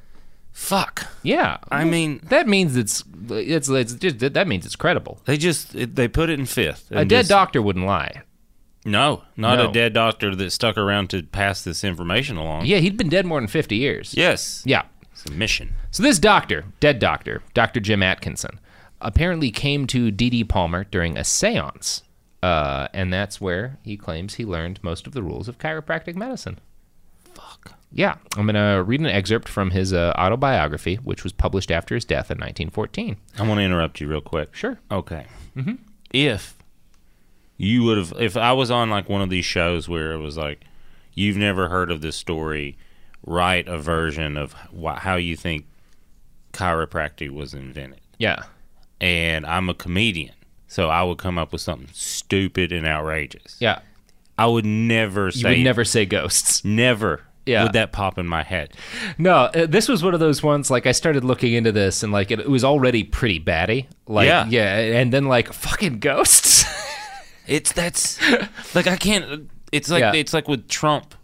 Fuck. Yeah, I mean, that means it's it's, it's just, that means it's credible. they just it, they put it in fifth. A and dead just- doctor wouldn't lie. No, not No. a dead doctor that stuck around to pass this information along. Yeah, he'd been dead more than fifty years. Yes. Yeah. It's a mission. So this doctor, dead doctor, Dr. Jim Atkinson, apparently came to D.D. Palmer during a séance, uh, and that's where he claims he learned most of the rules of chiropractic medicine. Fuck. Yeah, I'm gonna read an excerpt from his uh, autobiography, which was published after his death in 1914. I want to interrupt you real quick. Sure. Okay. Mm-hmm. If you would have, if I was on like one of these shows where it was like, you've never heard of this story, write a version of wh- how you think chiropractic was invented. Yeah. And I'm a comedian, so I would come up with something stupid and outrageous. Yeah. I would never say, You would never say ghosts. (laughs) never Yeah. would that pop in my head. No, uh, this was one of those ones. Like I started looking into this, and like it, it was already pretty batty. Like Yeah. yeah, and then like fucking ghosts. (laughs) It's that's like I can't. It's like Yeah. it's like with Trump,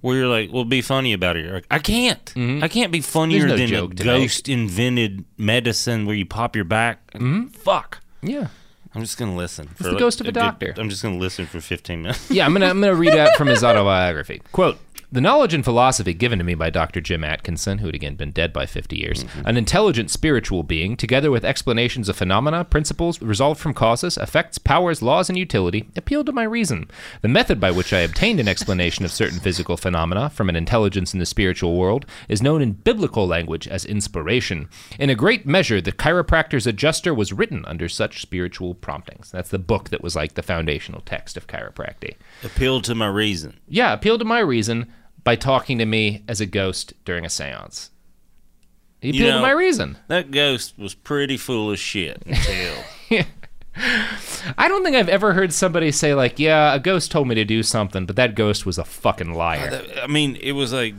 where you're like, "Well, be funny about it." You're like, I can't. I can't be funnier Mm-hmm. There's no than a joke to ghost invented medicine where you pop your back. Fuck. yeah. I'm just gonna listen. For Mm-hmm. the like ghost of a good- doctor. I'm just gonna listen for 15 minutes. (laughs) Yeah, I'm gonna I'm gonna read out from his autobiography. Quote. The knowledge and philosophy given to me by Dr. Jim Atkinson, who had again been dead by 50 years, an intelligent spiritual being, together with explanations of phenomena, principles resolved from causes, effects, powers, laws, and utility, appealed to my reason. The method by which I obtained an explanation of certain physical phenomena from an intelligence in the spiritual world is known in biblical language as inspiration. In a great measure, the chiropractor's adjuster was written under such spiritual promptings. That's the book that was like the foundational text of chiropractic Appeal to my reason. yeah, appealed to my reason by talking to me as a ghost during a seance. He appealed to know- my reason. That ghost was pretty full of shit until I don't think I've ever heard somebody say, like, yeah, a ghost told me to do something, but that ghost was a fucking Oh, liar. I mean, it was like,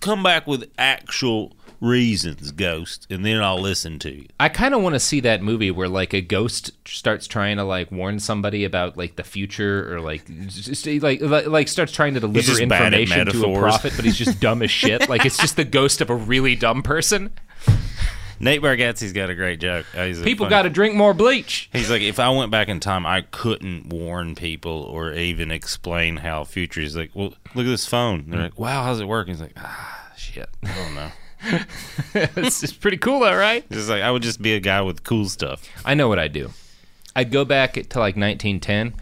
come back with actual reasons, ghost, and then I'll listen to you. I kind of want to see that movie where, like, a ghost starts trying to, like, warn somebody about, like, the future or, like, just, like, like, like, starts trying to deliver just bad at information to a metaphors. prophet, but he's (laughs) just dumb as shit. Like, it's just the ghost of a really dumb person. Nate Bargatze's got a great joke. Uh, he's a People funny- got to drink more bleach. (laughs) He's like, if I went back in time, I couldn't warn people or even explain how future is. Like, well, look at this phone. And they're like, wow, how's it work? And he's like, ah, shit, I don't (laughs) know. it's it's pretty cool, though, right? It's like I would just be a guy with cool stuff. I know what I'd do. I'd go back to like 1910,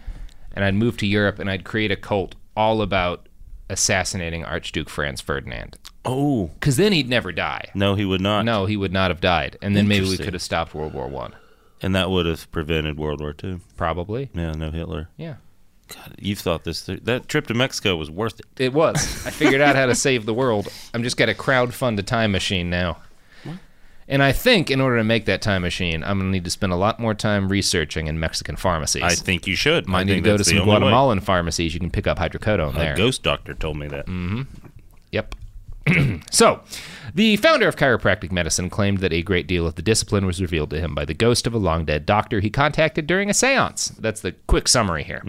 and I'd move to Europe, and I'd create a cult all about assassinating Archduke Franz Ferdinand. Oh Because then he'd never die. no, he would not. No, he would not have died, and then maybe we Interesting. could have stopped World War One. and that would have prevented World War Two. Probably. Yeah, no Hitler. Yeah. God, you've thought this. Through. That trip to Mexico was worth it. It was. (laughs) I figured out how to save the world. I'm just gonna crowdfund a time machine now. And I think in order to make that time machine, I'm gonna need to spend a lot more time researching in Mexican pharmacies. I think you should. I Might need to think go to that's the some only way. Guatemalan pharmacies. You can pick up hydrocodone A there. Mm. ghost doctor told me that. Yep. (clears throat) so, the founder of chiropractic medicine claimed that a great deal of the discipline was revealed to him by the ghost of a long dead doctor he contacted during a seance. That's the quick summary here.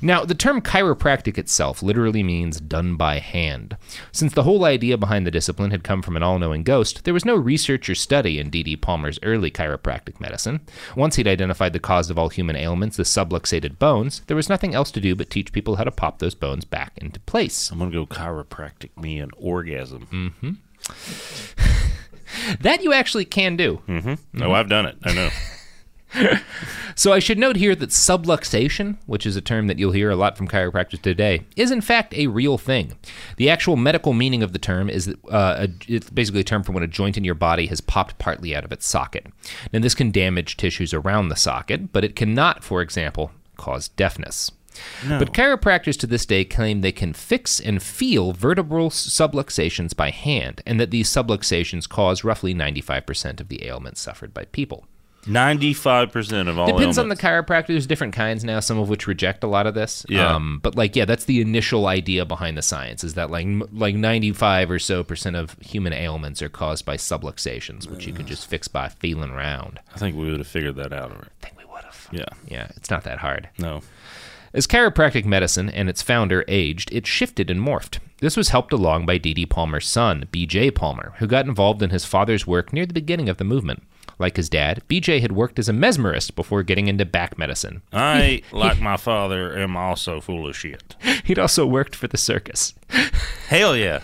Now, the term chiropractic itself literally means done by hand. Since the whole idea behind the discipline had come from an all knowing ghost, there was no research or study in D.D. Palmer's early chiropractic medicine. Once he'd identified the cause of all human ailments, the subluxated bones, there was nothing else to do but teach people how to pop those bones back into place. I'm gonna go chiropractic me an orgasm. Mm. That you actually can do. (laughs) No, I've done it. I know. So I should note here that subluxation, which is a term that you'll hear a lot from chiropractors today, is in fact a real thing. The actual medical meaning of the term is that uh, a, it's basically a term for when a joint in your body has popped partly out of its socket. Now this can damage tissues around the socket, but it cannot, for example, cause deafness. But chiropractors to this day claim they can fix and feel vertebral subluxations by hand, and that these subluxations cause roughly 95% of the ailments suffered by people. Ninety-five percent of all Depends ailments. on the chiropractor. There's different kinds now, some of which reject a lot of this. Yeah. Um, but like, yeah, that's the initial idea behind the science is that like m- like 95 or so percent of human ailments are caused by subluxations, which you can just fix by feeling around. I think we would have figured that out. already. I think we would have. Yeah. Yeah, it's not that hard. No. As chiropractic medicine and its founder aged, it shifted and morphed. This was helped along by D.D. Palmer's son, B.J. Palmer, who got involved in his father's work near the beginning of the movement. Like his dad, B.J. had worked as a mesmerist before getting into back medicine. (laughs) I, like my father, am also full of shit. He'd also worked for the circus. (laughs) Hell yeah.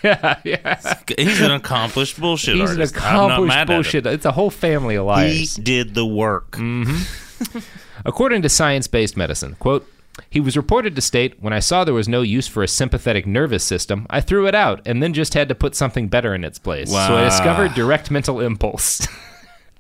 (laughs) He's an accomplished bullshit He's an artist. I'm not accomplished mad at him. bullshit. Mm. It's a whole family of liars. He did the work. According to science-based medicine, quote, he was reported to state, when I saw there was no use for a sympathetic nervous system, I threw it out and then just had to put something better in its place. So I Wow. discovered direct mental impulse. (laughs)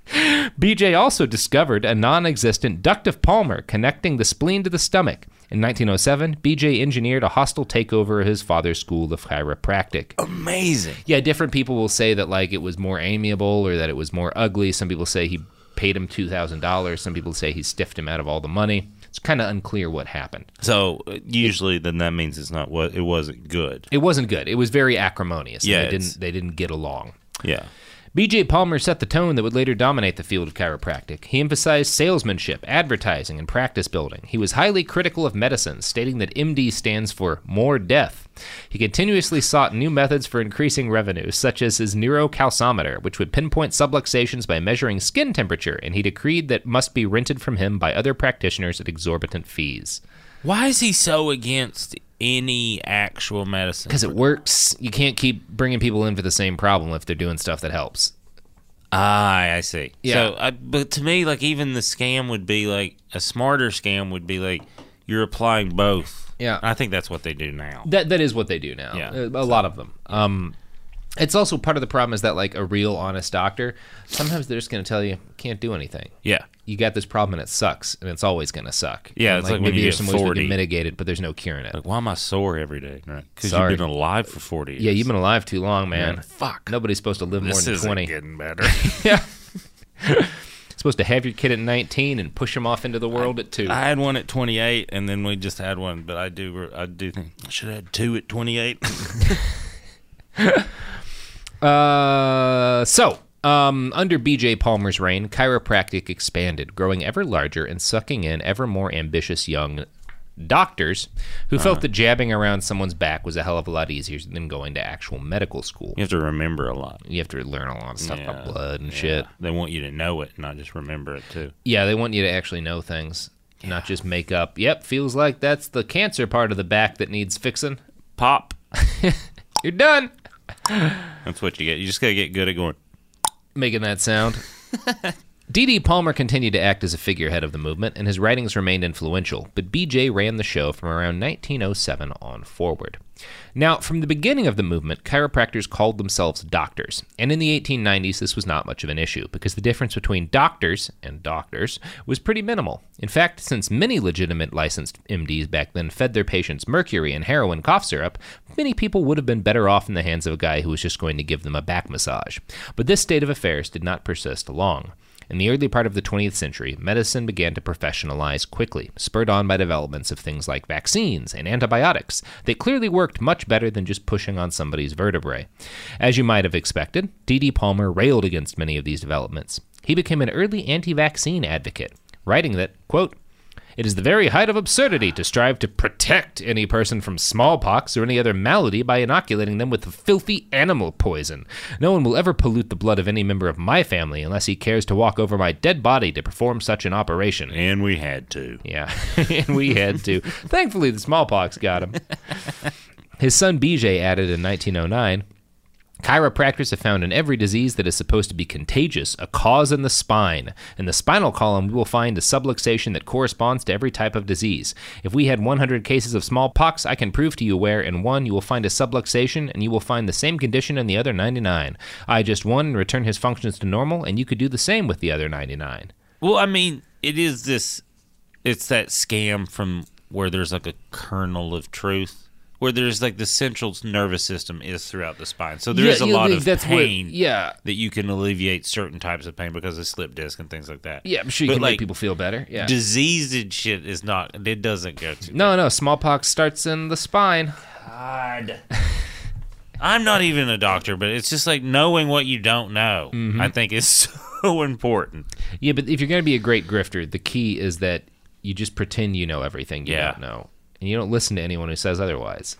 BJ also discovered a non existent ductive palmar connecting the spleen to the stomach. In 1907, BJ engineered a hostile takeover of his father's school of chiropractic. Amazing. Yeah, different people will say that like it was more amiable or that it was more ugly. Some people say he paid him two thousand dollars. Some people say he stiffed him out of all the money. It's kind of unclear what happened. So uh, usually, then that means it's not what it wasn't good. It wasn't good. It was very acrimonious. and Yeah, they it's- didn't they didn't get along. Yeah. B.J. Palmer set the tone that would later dominate the field of chiropractic. He emphasized salesmanship, advertising, and practice building. He was highly critical of medicine, stating that MD stands for more death. He continuously sought new methods for increasing revenue, such as his neurocalcometer, which would pinpoint subluxations by measuring skin temperature, and he decreed that must be rented from him by other practitioners at exorbitant fees. Why is he so against any actual medicine? Because it works. You can't keep bringing people in for the same problem if they're doing stuff that helps. Ah, I see. Yeah. So, I, but to me, like even the scam would be like a smarter scam would be like you're applying both. Yeah. I think that's what they do now. That that is what they do now. Uh, Yeah. a, a lot of them. Um, it's also part of the problem is that like a real honest doctor, sometimes they're just going to tell you can't do anything. yeah. You got this problem and it sucks and it's always going to suck. Yeah, And, it's like when you there's get Oh. some ways we 40. can mitigate it, but there's no curing it. Like, why am I sore every day? Right. Because you've Sorry. been alive for forty. Years. Yeah, you've been alive too long, man. Yeah. Fuck. Nobody's supposed to live This more than isn't twenty. (laughs) getting better. Supposed to have your kid at nineteen and push him off into the world at two. I had one at 28, and then we just had one. But I do, I do think I should have had two at 28. Uh, so, um, under B.J. Palmer's reign, chiropractic expanded, growing ever larger and sucking in ever more ambitious young doctors who Uh-huh. felt that jabbing around someone's back was a hell of a lot easier than going to actual medical school. (laughs) you have to remember a lot. You have to learn a lot of stuff about Yeah, blood and shit. They want you to know it, not just remember it too. Yeah, they want you to actually know things, not just make up. Yep, feels like that's the cancer part of the back that needs fixing. Pop. (laughs) You're done That's what you get. You just gotta get good at going. making that sound. D.D. Palmer continued to act as a figurehead of the movement, and his writings remained influential, but B.J. ran the show from around 1907 on forward. Now, from the beginning of the movement, chiropractors called themselves doctors, and in the 1890s this was not much of an issue, because the difference between doctors and doctors was pretty minimal. In fact, since many legitimate licensed MDs back then fed their patients mercury and heroin cough syrup, many people would have been better off in the hands of a guy who was just going to give them a back massage. But this state of affairs did not persist long. In the early part of the 20th century, medicine began to professionalize quickly, spurred on by developments of things like vaccines and antibiotics that clearly worked much better than just pushing on somebody's vertebrae. As you might have expected, D.D. Palmer railed against many of these developments. He became an early anti vaccine advocate, writing that, quote, it is the very height of absurdity to strive to protect any person from smallpox or any other malady by inoculating them with the filthy animal poison. No one will ever pollute the blood of any member of my family unless he cares to walk over my dead body to perform such an operation. And we had to. Yeah, (laughs) and we had to. Thankfully, the smallpox got him. His son BJ added in 1909 Chiropractors have found in every disease that is supposed to be contagious a cause in the spine. In the spinal column, we will find a subluxation that corresponds to every type of disease. If we had 100 cases of smallpox, I can prove to you where in one you will find a subluxation and you will find the same condition in the other 99. I just one and return his functions to normal, and you could do the same with the other 99. Well, I mean, it is this. It's that scam from where there's like a kernel of truth, where there's like the central nervous system is throughout the spine. So there is a lot of pain yeah. that you can alleviate certain types of pain because of slip disc and things like that. Yeah, I'm sure you But, can like, make people feel better. Yeah. Disease and shit is not. It doesn't go to. no, no, smallpox starts in the spine. God. I'm not even a doctor, but it's just like knowing what you don't know. Mm-hmm. I think is (laughs) so important. Yeah, but if you're going to be a great grifter, the key is that you just pretend you know everything you Yeah. don't know. And you don't listen to anyone who says otherwise.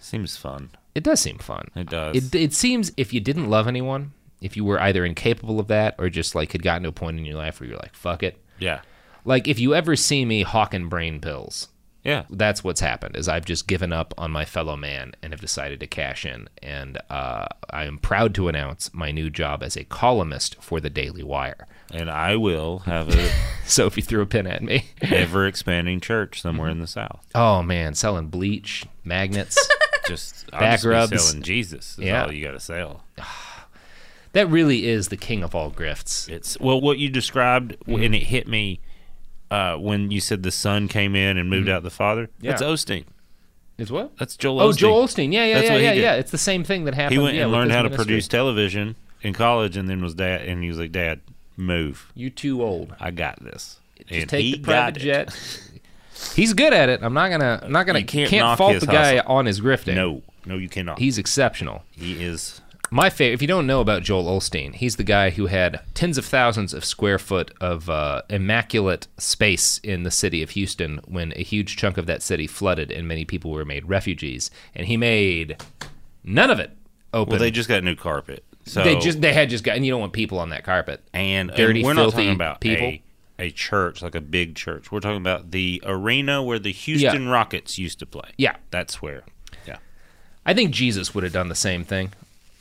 Seems fun. It does seem fun. It does. It, it seems if you didn't love anyone, if you were either incapable of that or just like had gotten to a point in your life where you're like, fuck it. yeah. Like if you ever see me hawking brain pills, Yeah. that's what's happened is I've just given up on my fellow man and have decided to cash in. And uh, I am proud to announce my new job as a columnist for the Daily Wire. (laughs) And I will have a So if you threw a pin at me, ever expanding church somewhere in (laughs) the South. oh man, selling bleach, magnets. Just I'll Back just be rubs. selling Jesus is Yeah. all you got to sell. that really is the king of all grifts. It's well, what you described, Mm-hmm. w and it hit me uh, when you said the son came in and moved out the father. That's Mm-hmm. Yeah. Osteen. Is what? That's Joel. Oh, Osteen. Joel Osteen. Yeah, yeah, That's yeah, what he yeah, did. yeah. It's the same thing that happened. He went yeah, and with learned his how to ministry. produce television in college, and then was dad, and he was like, "Dad, move. You too old. I got this." Just and take he the private got it. jet. He's good at it. I'm not gonna. I'm not gonna. You can't, can't knock fault his the guy hustle. on his grifting. No, no, you cannot. he's exceptional. he is. My favorite, if you don't know about Joel Olstein, he's the guy who had tens of thousands of square foot of uh, immaculate space in the city of Houston when a huge chunk of that city flooded and many people were made refugees. And he made none of it open. Well, they just got new carpet. So they just they had just gotten. You don't want people on that carpet. and and Dirty, we're not filthy talking about people. A, a church like a big church. We're talking about the arena where the Houston Rockets used to play. Yeah. that's where. Yeah, I think Jesus would have done the same thing.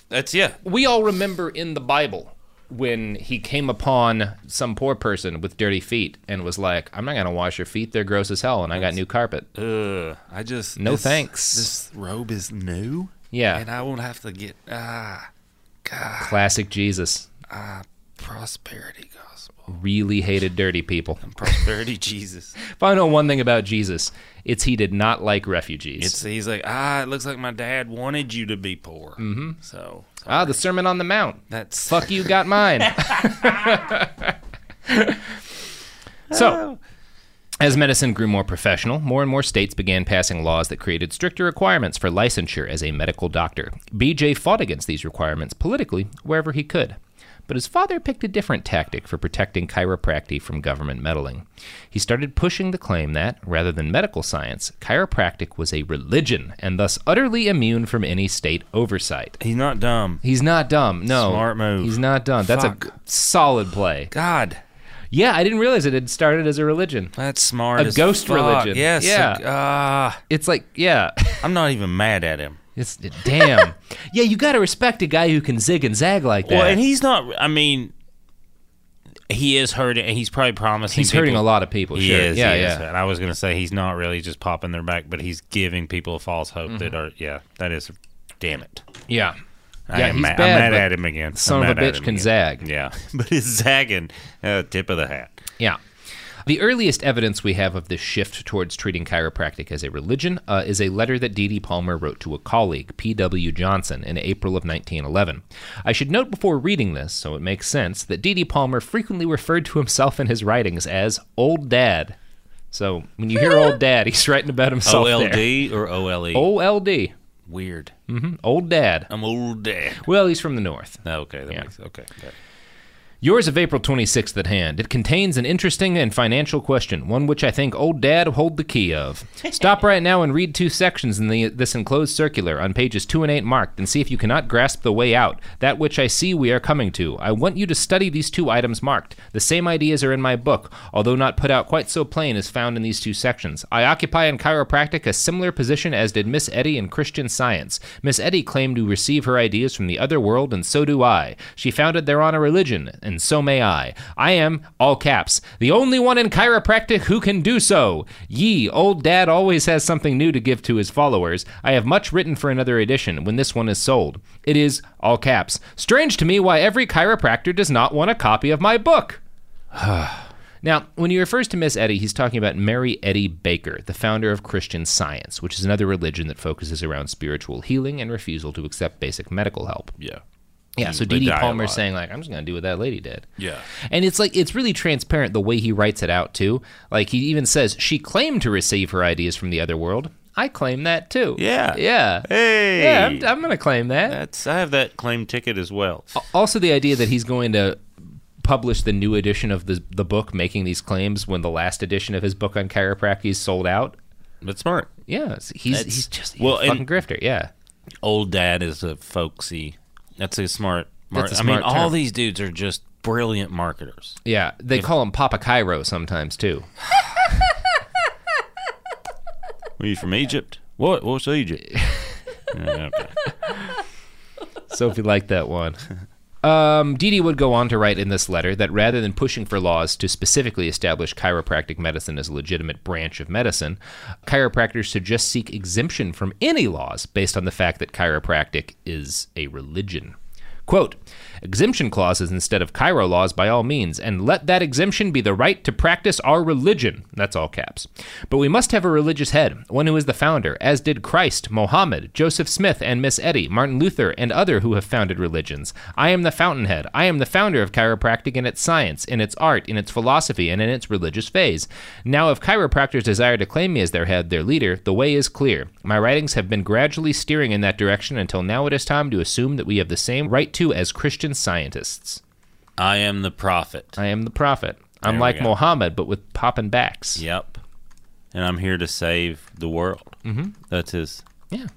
that's yeah. we all remember in the Bible when he came upon some poor person with dirty feet and was like, "I'm not gonna wash your feet; they're gross as hell, and I got new carpet." Ugh, I just No thanks. This robe is new. Yeah. and I won't have to get ah Classic Jesus prosperity gospel, really hated dirty people. prosperity (laughs) Jesus. If I know one thing about Jesus, it's he did not like refugees. It's he's like ah, it looks like my dad wanted you to be poor. Mm-hmm. So ah, the Sermon on the Mount. that's Fuck you, got mine. so, as medicine grew more professional, more and more states began passing laws that created stricter requirements for licensure as a medical doctor. BJ fought against these requirements politically wherever he could. But his father picked a different tactic for protecting chiropractic from government meddling. He started pushing the claim that, rather than medical science, chiropractic was a religion and thus utterly immune from any state oversight. He's not dumb. He's not dumb. No. Smart move. He's not dumb. That's a Fuck. g- solid play. God, Yeah, I didn't realize it had started as a religion. that's smart. A as ghost fuck. religion. Yes. Yeah. a- ah. It's like, yeah. (laughs) I'm not even mad at him. It's damn. (laughs) yeah, you got to respect a guy who can zig and zag like that. Well, and he's not. I mean, he is hurting, and he's probably promising. he's hurting people- a lot of people. He sure. is. Yeah, he yeah. Is. And I was gonna say he's not really just popping their back, but he's giving people a false hope Mm-hmm. that are. Yeah, that is. Damn it. Yeah. I yeah, am he's mad, bad, I'm mad but at him again. I'm son of a mad at bitch him can again. zag. Yeah, (laughs) but he's zagging. Uh, tip of the hat. Yeah. The earliest evidence we have of this shift towards treating chiropractic as a religion uh, is a letter that D.D. Palmer wrote to a colleague, P.W. Johnson, in April of 1911. I should note before reading this, so it makes sense, that D.D. Palmer frequently referred to himself in his writings as Old Dad. So when you hear Old Dad, he's writing about himself. OLD there. or OLE? Oh. OLD. Weird. Mm-hmm. Old Dad. I'm old dad. Well, he's from the North. No, okay, that Yeah. makes okay. okay. Yours of April 26th at hand. It contains an interesting and financial question, one which I think old dad hold the key of. Stop right now and read two sections in the, this enclosed circular on pages 2 and 8 marked and see if you cannot grasp the way out, that which I see we are coming to. I want you to study these two items marked. The same ideas are in my book, although not put out quite so plain as found in these two sections. I occupy in chiropractic a similar position as did Miss Eddy in Christian Science. Miss Eddy claimed to receive her ideas from the other world, and so do I. She founded thereon a religion, and so may I. I am, all caps, the only one in chiropractic who can do so. Ye, old dad always has something new to give to his followers. I have much written for another edition when this one is sold. It is, all caps, strange to me why every chiropractor does not want a copy of my book. Now, when he refers to Miss Eddy, he's talking about Mary Eddy Baker, the founder of Christian Science, which is another religion that focuses around spiritual healing and refusal to accept basic medical help. Yeah. Yeah, so They D.D. die a Palmer's lot. saying like, "I'm just gonna do what that lady did." Mm, Yeah. and it's like it's really transparent the way he writes it out too. Like he even says she claimed to receive her ideas from the other world. I claim that too. Yeah. yeah, Hey. yeah. I'm, I'm gonna claim that. That's I have that claim ticket as well. Also, the idea that he's going to publish the new edition of the the book, making these claims when the last edition of his book on chiropractic is sold out. But smart. Yeah, it's- he's That's- he's just well, well, a fucking and- grifter. Yeah, Old dad is a folksy. That's a smart. Mar- That's a I mean, smart all term. these dudes are just brilliant marketers. yeah. They call him Papa Cairo sometimes too. Were you from Egypt? What? What's Egypt? (laughs) Yeah, okay. Sophie liked that one. Um, Didi would go on to write in this letter that rather than pushing for laws to specifically establish chiropractic medicine as a legitimate branch of medicine, chiropractors should just seek exemption from any laws based on the fact that chiropractic is a religion. Quote, exemption clauses instead of Cairo laws by all means, and let that exemption be the right to practice our religion. That's all caps. But we must have a religious head, one who is the founder, as did Christ, Mohammed, Joseph Smith, and Miss Eddy, Martin Luther, and other who have founded religions. I am the fountainhead. I am the founder of chiropractic in its science, in its art, in its philosophy, and in its religious phase. Now, if chiropractors desire to claim me as their head, their leader, the way is clear. My writings have been gradually steering in that direction until now it is time to assume that we have the same right to as Christian scientists. I am the prophet. I am the prophet. I'm There we like go. Mohammed, but with popping backs. Yep. And I'm here to save the world. Mm-hmm. That's his. (sighs) Yeah.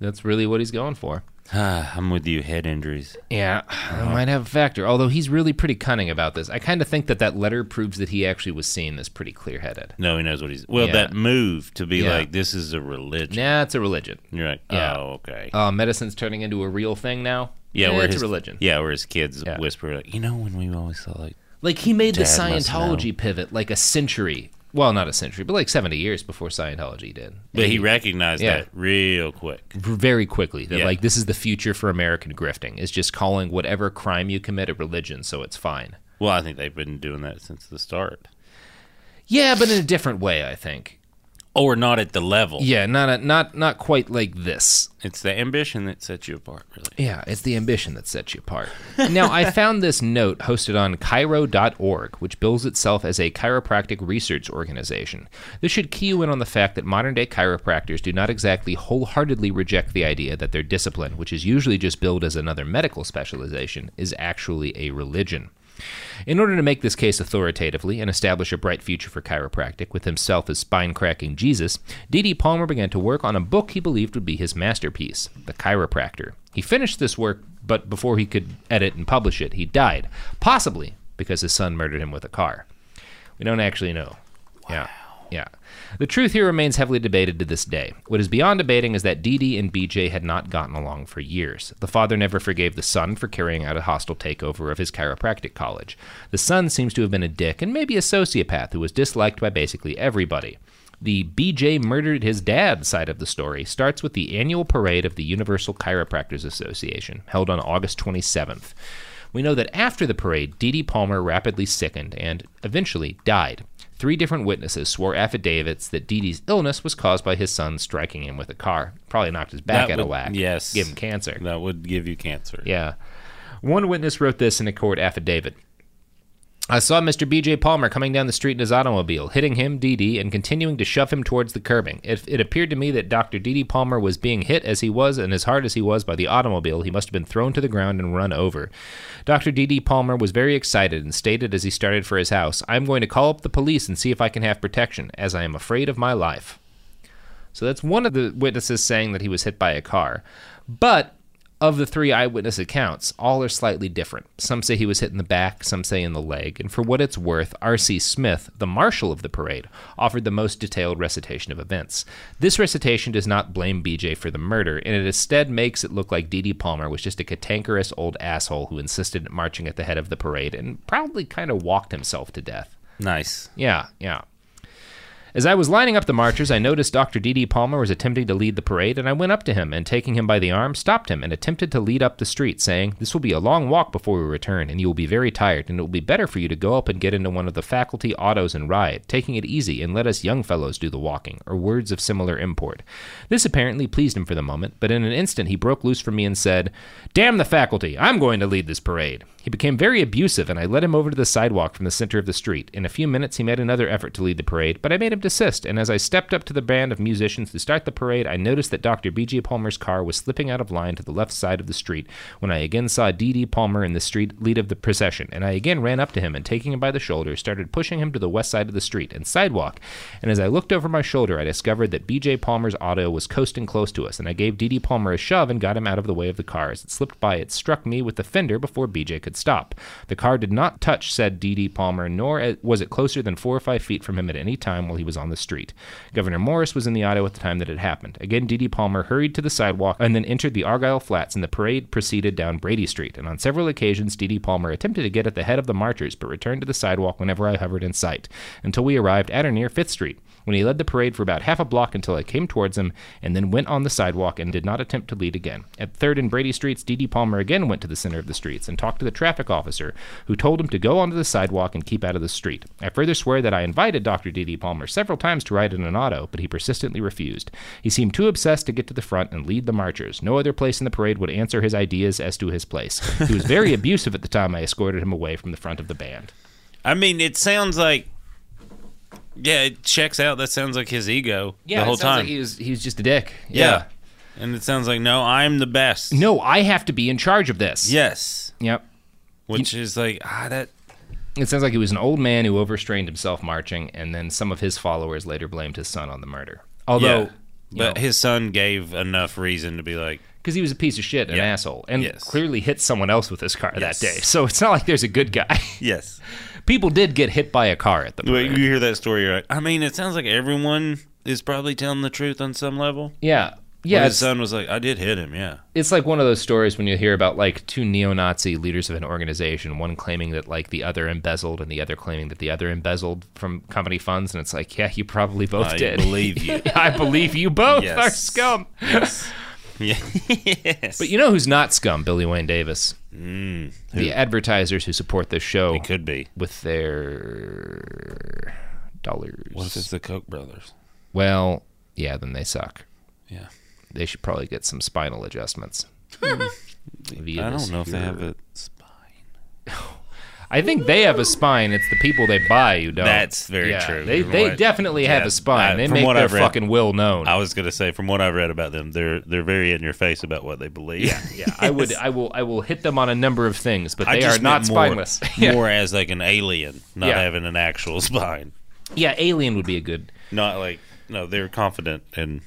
That's really what he's going for. Ah, I'm with you. Head injuries. Yeah, that might have a factor. Although he's really pretty cunning about this. I kind of think that that letter proves that he actually was seeing this pretty clear headed. No, he knows what he's. Well, Yeah. that move to be Yeah. like, this is a religion. Nah, it's a religion. You're like, Yeah. oh, okay. Uh, medicine's turning into a real thing now. yeah, where it's his, a religion. Yeah, where his kids Yeah. whisper like, you know, when we always thought like, Like he made the Dad must know. Scientology pivot like a century. Well, not a century, but like 70 years before Scientology did. but he recognized Yeah. that real quick. very quickly that Yeah. like this is the future for American grifting is just calling whatever crime you commit a religion so it's fine. Well, I think they've been doing that since the start, Yeah, but in a different way, I think. Oh, or not at the level. Yeah, not a, not not quite like this. It's the ambition that sets you apart, really. Yeah, it's the ambition that sets you apart. now, I found this note hosted on Cairo.org, which bills itself as a chiropractic research organization. This should key you in on the fact that modern day chiropractors do not exactly wholeheartedly reject the idea that their discipline, which is usually just billed as another medical specialization, is actually a religion. In order to make this case authoritatively and establish a bright future for chiropractic with himself as spine cracking Jesus, D.D. Palmer began to work on a book he believed would be his masterpiece, The Chiropractor. He finished this work, but before he could edit and publish it, he died, possibly because his son murdered him with a car. We don't actually know. Yeah. Yeah. The truth here remains heavily debated to this day. What is beyond debating is that Dee Dee and BJ had not gotten along for years. The father never forgave the son for carrying out a hostile takeover of his chiropractic college. The son seems to have been a dick and maybe a sociopath who was disliked by basically everybody. The BJ murdered his dad side of the story starts with the annual parade of the Universal Chiropractors Association, held on August 27th. We know that after the parade, Dee Dee Palmer rapidly sickened and eventually died. Three different witnesses swore affidavits that Dee Dee's illness was caused by his son striking him with a car. Probably knocked his back That out of would- whack. yes. Give him cancer. That would give you cancer. Yeah. One witness wrote this in a court affidavit. I saw Mr. BJ Palmer coming down the street in his automobile, hitting him, DD, and continuing to shove him towards the curbing. It, it appeared to me that Dr. DD Palmer was being hit as he was and as hard as he was by the automobile, he must have been thrown to the ground and run over. Dr. DD Palmer was very excited and stated as he started for his house, I am going to call up the police and see if I can have protection, as I am afraid of my life. So that's one of the witnesses saying that he was hit by a car. But of the three eyewitness accounts, all are slightly different. Some say he was hit in the back, some say in the leg. And for what it's worth, R.C. Smith, the marshal of the parade, offered the most detailed recitation of events. This recitation does not blame BJ for the murder, and it instead makes it look like D.D. Palmer was just a cantankerous old asshole who insisted on marching at the head of the parade and proudly kind of walked himself to death. Nice. Yeah, yeah. As I was lining up the marchers, I noticed Dr. D.D. Palmer was attempting to lead the parade, and I went up to him and, taking him by the arm, stopped him and attempted to lead up the street, saying, This will be a long walk before we return, and you will be very tired, and it will be better for you to go up and get into one of the faculty autos and ride, taking it easy, and let us young fellows do the walking, or words of similar import. This apparently pleased him for the moment, but in an instant he broke loose from me and said, Damn the faculty, I'm going to lead this parade. He became very abusive, and I led him over to the sidewalk from the center of the street. In a few minutes, he made another effort to lead the parade, but I made him desist. And as I stepped up to the band of musicians to start the parade, I noticed that Dr. B.G. Palmer's car was slipping out of line to the left side of the street when I again saw D.D. Palmer in the street lead of the procession. And I again ran up to him and, taking him by the shoulder, started pushing him to the west side of the street and sidewalk. And as I looked over my shoulder, I discovered that B.J. Palmer's auto was coasting close to us, and I gave D.D. Palmer a shove and got him out of the way of the car. As it slipped by, it struck me with the fender before B.J. could stop. The car did not touch said D.D. Palmer, nor a- was it closer than four or five feet from him at any time while he was on the street. Governor Morris was in the auto at the time that it happened. Again, D.D. Palmer hurried to the sidewalk and then entered the Argyle Flats, and the parade proceeded down Brady Street. And on several occasions, D.D. Palmer attempted to get at the head of the marchers, but returned to the sidewalk whenever I hovered in sight, until we arrived at or near Fifth Street when he led the parade for about half a block until I came towards him and then went on the sidewalk and did not attempt to lead again. At 3rd and Brady Streets, D.D. Palmer again went to the center of the streets and talked to the traffic officer, who told him to go onto the sidewalk and keep out of the street. I further swear that I invited Dr. D.D. Palmer several times to ride in an auto, but he persistently refused. He seemed too obsessed to get to the front and lead the marchers. No other place in the parade would answer his ideas as to his place. He was very (laughs) abusive at the time I escorted him away from the front of the band. I mean, it sounds like. Yeah, it checks out. That sounds like his ego the whole time. he was he was just a dick. yeah. and it sounds like no, I'm the best. No, I have to be in charge of this. Yes, Yep. which is like ah, that It sounds like he was an old man who overstrained himself marching, and then some of his followers later blamed his son on the murder. Although, yeah. But his son gave enough reason to be like, because he was a piece of shit, an Yeah. asshole, and Yes. clearly hit someone else with his car Yes. that day. So it's not like there's a good guy. (laughs) yes. People did get hit by a car at the Wait, parade. you hear that story? You're like, I mean, it sounds like everyone is probably telling the truth on some level. yeah. But Yeah, his it's, son was like, I did hit him. Yeah, it's like one of those stories when you hear about like two neo-Nazi leaders of an organization, one claiming that like the other embezzled and the other claiming that the other embezzled from company funds, and it's like, yeah, you probably both I did. believe you. (laughs) I believe you both (laughs) Yes. are scum. (laughs) yes. Yeah. yes. But you know who's not scum? Billy Wayne Davis. Mm, the advertisers who support this show it could be. with their dollars. What if it's the Koch brothers? well, yeah, then they suck. Yeah. They should probably get some spinal (laughs) adjustments. Via I this don't know if they here- have a. I think they have a spine. It's the people they buy who don't. That's very Yeah, true. They, From they what- definitely have yeah, a spine. I- they from make what their I've read- fucking will known. I was gonna say, from what I've read about them, they're they're very in your face about what they believe. Yeah, yeah. I would, I will, I will hit them on a number of things, but (laughs) I they just are not meant more- spineless. (laughs) More, as like an alien, not Yeah. having an actual (laughs) spine. yeah, Alien would be a good. Not like no, they're confident and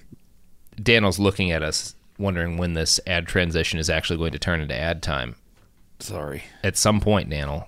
Daniel's looking at us, wondering when this ad transition is actually going to turn into ad time. sorry. At some point, Daniel.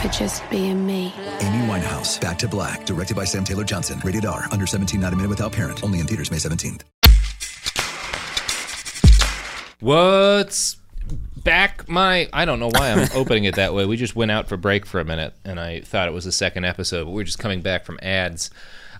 for just being me. Amy Winehouse, Back to Black, directed by Sam Taylor Johnson. Rated R, under 17, not a minute without parent. Only in theaters May 17th. What's back my I don't know why I'm opening it that way. We just went out for break for a minute and I thought it was the second episode, but we are just coming back from ads.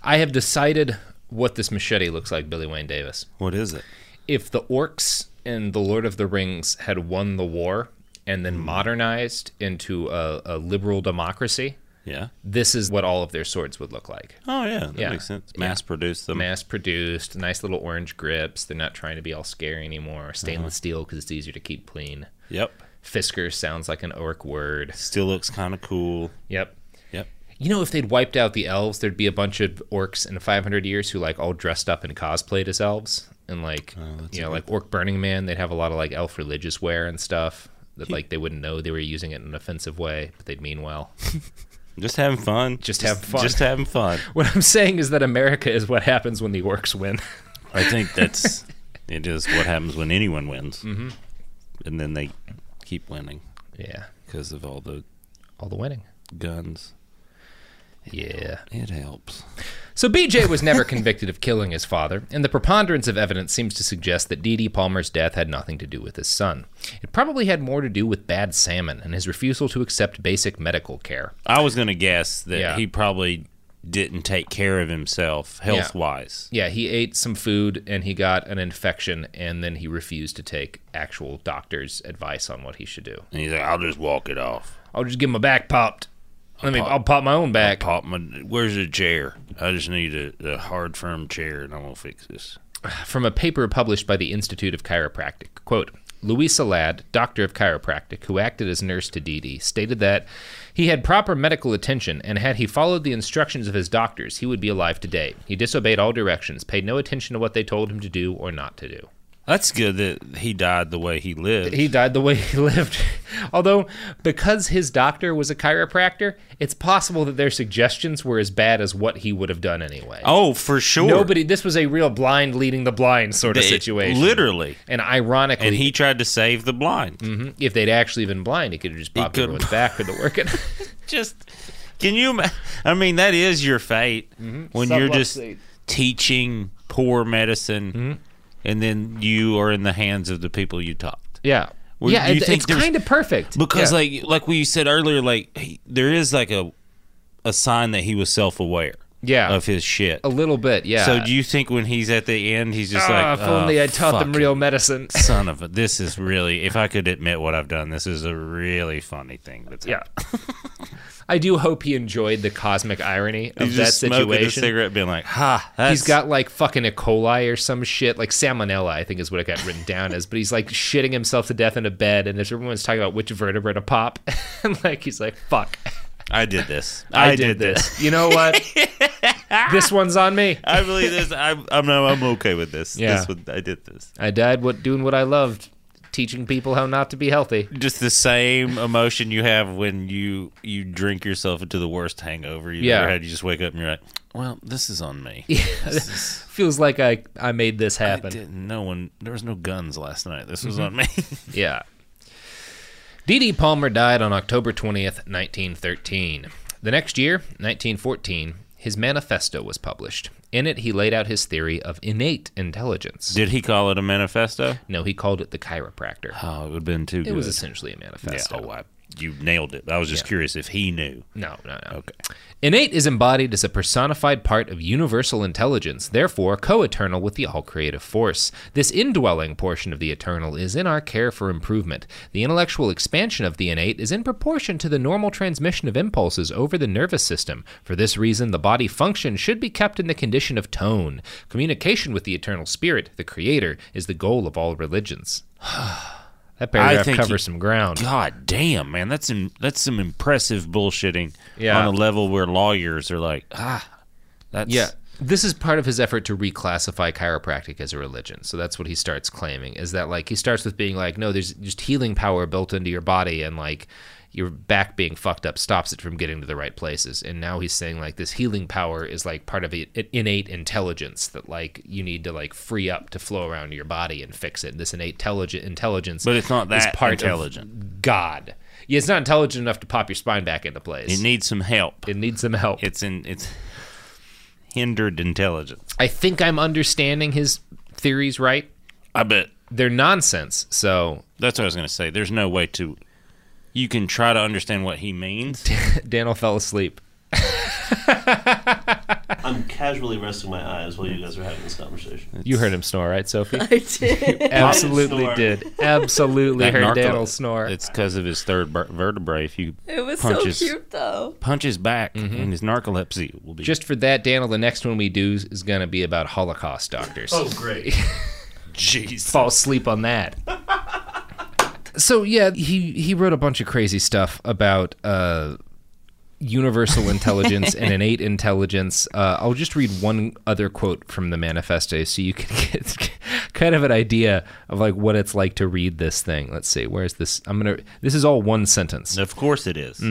I have decided what this machete looks like, Billy Wayne Davis. What is it? If the orcs in The Lord of the Rings had won the war and then modernized into a, a liberal democracy, Yeah. this is what all of their swords would look like. Oh yeah, that Yeah. makes sense. Mass produce them. Mass produced, nice little orange grips. They're not trying to be all scary anymore. Stainless steel because it's easier to keep clean. Yep. Fisker sounds like an orc word. Still looks kind of cool. Yep. Yep. You know, if they'd wiped out the elves, there'd be a bunch of orcs in 500 years who like all dressed up and cosplayed as elves, and like you know, like orc Burning Man. They'd have a lot of like elf religious wear and stuff that like they wouldn't know they were using it in an offensive way, but they'd mean well. (laughs) Just having fun. Just having fun. Just having fun. what I'm saying is that America is what happens when the orcs win. I think that's (laughs) it is what happens when anyone wins, mm-hmm. and then they keep winning yeah, because of all the all the winning. guns. Yeah. It helps. So BJ was never convicted of killing his father, and the preponderance of evidence seems to suggest that Dee Dee Palmer's death had nothing to do with his son. It probably had more to do with bad salmon and his refusal to accept basic medical care. I was gonna guess that Yeah. he probably didn't take care of himself health wise. Yeah, he ate some food and he got an infection, and then he refused to take actual doctor's advice on what he should do. And he's like, I'll just walk it off. I'll just get my back popped. Let me. I'll pop my own back. Pop my. Where's the chair? I just need a, a hard, firm chair, and I'm gonna fix this. from a paper published by the Institute of Chiropractic. Quote, Louisa Ladd, doctor of chiropractic, who acted as nurse to Dee Dee, stated that he had proper medical attention, and had he followed the instructions of his doctors, he would be alive today. He disobeyed all directions, paid no attention to what they told him to do or not to do. That's good that he died the way he lived. He died the way he (laughs) lived. Although, because his doctor was a chiropractor, it's possible that their suggestions were as bad as what he would have done anyway. oh, for sure. Nobody, this was a real blind leading the blind sort of It- situation. Literally. Mm-hmm. And ironically, And he tried to save the blind. if they'd actually been blind, it could have just popped could- everyone's back (laughs) for the working. Just can you? ima- I mean, that is your fate when you're just teaching poor medicine, and then you are in the hands of the people you taught. (laughs) yeah. Well, yeah, do you it, think it's there's- kind of perfect. Because, Yeah. like, like we said earlier, like he, there is like a a sign that he was self aware. Yeah. of his shit. a little bit, yeah. So do you think when he's at the end, he's just Ah, like, if only "Oh, I taught them fuck real it, (laughs) medicine. Son of a, this is really. If I could admit what I've done, this is a really funny thing. (laughs) That's Yeah. (laughs) I do hope he enjoyed the cosmic irony of He's that just smoking a situation. cigarette, being like, "Ha!" That's, He's got like fucking E. coli or some shit, like salmonella, I think is what it got written down as. But he's like shitting himself to death in a bed, and there's everyone's talking about which vertebra to pop, (laughs) and like he's like, "Fuck, I did this. I, did, this. You know what? this one's on me. (laughs) I believe this. I'm, I'm, I'm okay with this. Yeah. This one, I did this. I died what doing what I loved, teaching people how not to be healthy. Just the same emotion you have when you you drink yourself into the worst hangover you've Yeah. ever had. You just wake up and you're like, "Well, this is on me. This is- Feels like I I made this I happen. didn't. No one. There was no guns last night. This was on me." Yeah. Dee Dee Palmer died on October 20th, 1913. The next year, 1914, his manifesto was published. In it, he laid out his theory of innate intelligence. Did he call it a manifesto? no, he called it the chiropractor. Oh, it would have been too It was essentially a manifesto. Yeah, oh, I, you nailed it. I was just curious if he knew. No, no, no. Okay. Innate is embodied as a personified part of universal intelligence, therefore co eternal with the all creative force. This indwelling portion of the eternal is in our care for improvement. The intellectual expansion of the innate is in proportion to the normal transmission of impulses over the nervous system. For this reason, the body function should be kept in the condition of tone. Communication with the eternal spirit, the creator, is the goal of all religions. (sighs) that paragraph think covers he- some ground. God damn, man, that's in, that's some impressive bullshitting Yeah. on a level where lawyers are like, ah, that's Yeah. This is part of his effort to reclassify chiropractic as a religion. So that's what he starts claiming is that like he starts with being like, no, there's just healing power built into your body and like your back being fucked up stops it from getting to the right places. And now he's saying like this healing power is like part of it- an innate intelligence that like you need to like free up to flow around your body and fix it. This innate intelligent intelligence, But it's not is that part of intelligent. God. Yeah, it's not intelligent enough to pop your spine back into place. It needs some help. it needs some help. It's in it's hindered intelligence. I think I'm understanding his theories right. I bet They're nonsense. So that's what I was gonna say. There's no way to you can try to understand what (laughs) he means. Daniel fell asleep. I'm casually resting my eyes while you guys are having this conversation. You heard him snore, right, Sophie? (laughs) I did. (laughs) Absolutely snore. did. Absolutely That heard narco- Daniel snore. It's because of his third ver- vertebrae. If you It was so punches cute though. punches back, and his narcolepsy will Mm-hmm. be Just for that, Daniel, the next one we do is going to be about Holocaust doctors. (laughs) great. jeez. fall asleep on that. so yeah, he he wrote a bunch of crazy stuff about uh, universal intelligence and innate intelligence. Uh, I'll just read one other quote from the manifesto so you can (laughs) get kind of an idea of like what it's like to read this thing. Let's see, where's this? I'm gonna. This is all one sentence. Of course it is.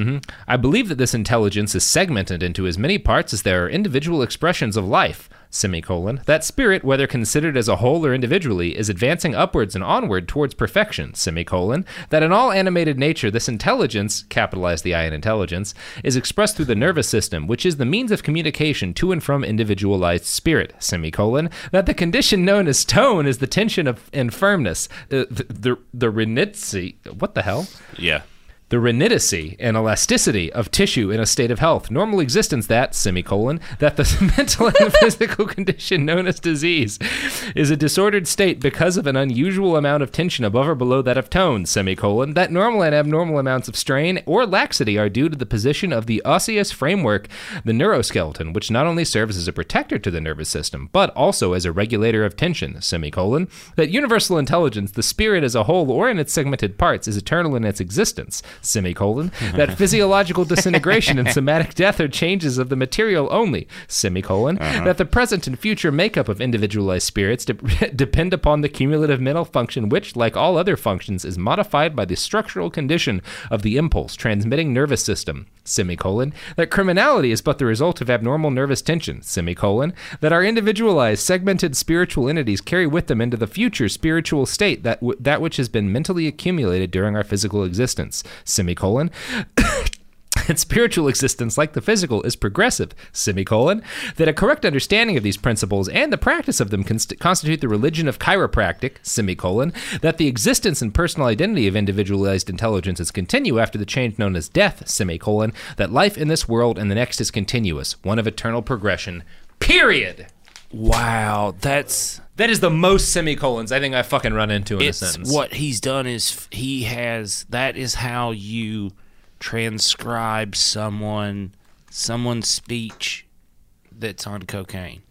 I believe that this intelligence is segmented into as many parts as there are individual expressions of life. Semicolon. That spirit, whether considered as a whole or individually, is advancing upwards and onward towards perfection. Semicolon. That in all animated nature, this intelligence, capitalize the I in intelligence, is expressed through the nervous system, which is the means of communication to and from individualized spirit. Semicolon. That the condition known as tone is the tension of and firmness. Uh, the the, the renitzi. What the hell? Yeah. the renidicy and elasticity of tissue in a state of health, normal existence that, semicolon, that the (laughs) mental and physical condition known as disease is a disordered state because of an unusual amount of tension above or below that of tone, semicolon, that normal and abnormal amounts of strain or laxity are due to the position of the osseous framework, the neuroskeleton, which not only serves as a protector to the nervous system, but also as a regulator of tension, semicolon, that universal intelligence, the spirit as a whole or in its segmented parts, is eternal in its existence, semicolon, that physiological disintegration and somatic death are changes of the material only, semicolon, that the present and future makeup of individualized spirits de- (laughs) depend upon the cumulative mental function, which, like all other functions, is modified by the structural condition of the impulse transmitting nervous system, semicolon, that criminality is but the result of abnormal nervous tension, semicolon, that our individualized, segmented spiritual entities carry with them into the future spiritual state that, w- that which has been mentally accumulated during our physical existence, semicolon, (laughs) and spiritual existence, like the physical, is progressive, semicolon, that a correct understanding of these principles and the practice of them const- constitute the religion of chiropractic, semicolon, that the existence and personal identity of individualized intelligences continue after the change known as death, semicolon, that life in this world and the next is continuous, one of eternal progression, period. Wow, that's That is the most semicolons I think I fucking run into in it's a sentence. what he's done is f- he has that is how you transcribe someone someone's speech that's on cocaine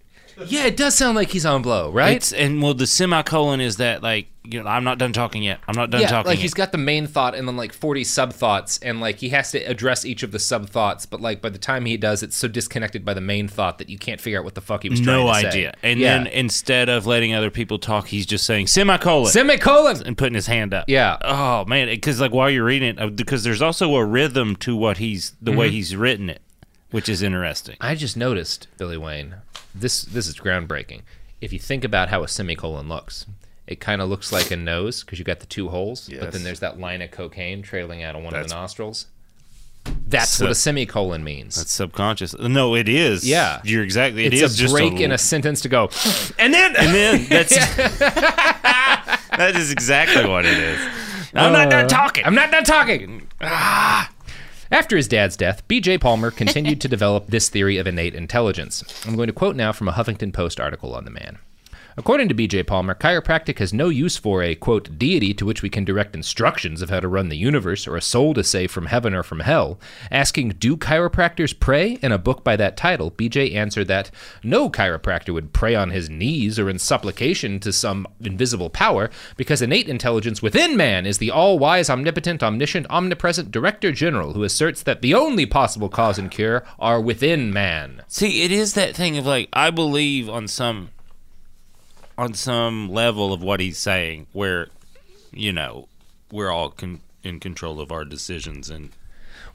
Yeah, it does sound like he's on blow, right? it's and well the semicolon is that like you know i'm not done talking yet i'm not done yeah, talking like yet. he's got the main thought and then like 40 sub thoughts and like he has to address each of the sub thoughts but like by the time he does it's so disconnected by the main thought that you can't figure out what the fuck he was trying no to say. idea and Yeah. then instead of letting other people talk he's just saying semicolon semicolon and putting his hand up Yeah. oh man because like while you're reading it uh, because there's also a rhythm to what he's the Mm-hmm. way he's written it which is interesting I just noticed Billy Wayne this this is groundbreaking if you think about how a semicolon looks it kind of looks like a nose because you got the two holes but Yes. then there's that line of cocaine trailing out of one of That's- the nostrils That's So- what a semicolon means. That's subconscious. No, it is. Yeah. You're exactly. It it's is a just break a, in a sentence to go, and then And then (laughs) that's (laughs) that is exactly what it is. I'm not done talking. Uh, I'm not done talking. Ah. After his dad's death, B.J. Palmer (laughs) continued to develop this theory of innate intelligence. I'm going to quote now from a Huffington Post article on the man. According to B.J. Palmer, chiropractic has no use for a, quote, deity to which we can direct instructions of how to run the universe or a soul to save from heaven or from hell. Asking, do chiropractors pray? In a book by that title, B.J. answered that no chiropractor would pray on his knees or in supplication to some invisible power because innate intelligence within man is the all wise, omnipotent, omniscient, omnipresent director general who asserts that the only possible cause and cure are within man. See, it is that thing of like I believe on some on some level of what he's saying, where you know we're all con- in control of our decisions and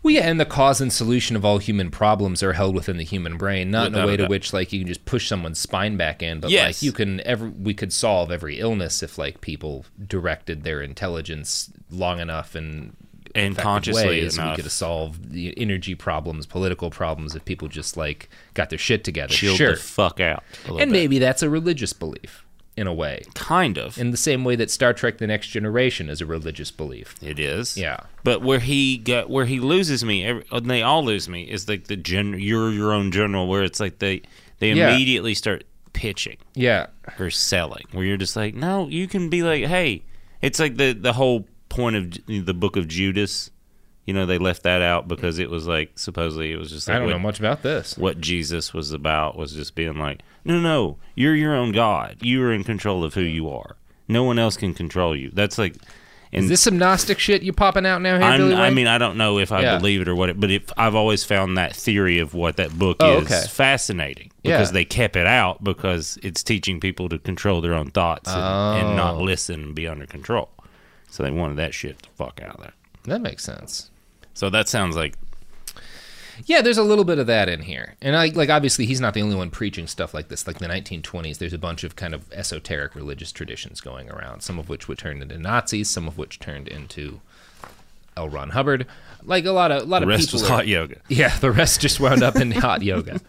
Well, yeah, and the cause and solution of all human problems are held within the human brain, not in Without a a way to doubt. which like you can just push someone's spine back in, but like Yes. you can every we could solve every illness if like people directed their intelligence long enough and and effective consciously ways, we enough. could solve the energy problems, political problems if people just like got their shit together. Chill sure, the fuck out. a little and bit. maybe that's a religious belief in a way, kind of in the same way that Star Trek: The Next Generation is a religious belief. it is. Yeah. But where he got where he loses me, every, and they all lose me, is like the gen. You're your own general, where it's like they they Yeah. immediately start pitching. Yeah, or selling where you're just like no you can be like hey it's like the the whole point of J- the book of judas you know they left that out because it was like supposedly it was just like I don't what, know much about this. what jesus was about was just being like no no you're your own god you're in control of who you are no one else can control you that's like and Is this some Gnostic shit you popping out now? Here, I'm, Billy Ray? I mean, I don't know if I Yeah. believe it or what, it, but if I've always found that theory of what that book Oh, is okay. fascinating Yeah. because they kept it out because it's teaching people to control their own thoughts and, and Oh. not listen and be under control. So they wanted that shit the fuck out of there. That makes sense. So that sounds like Yeah, there's a little bit of that in here, and I, like obviously he's not the only one preaching stuff like this. Like the 1920s, there's a bunch of kind of esoteric religious traditions going around, some of which would turn into Nazis, some of which turned into L. Ron Hubbard. Like a lot of a lot the of rest people was are- hot yoga. Yeah, the rest just wound up in hot (laughs) yoga.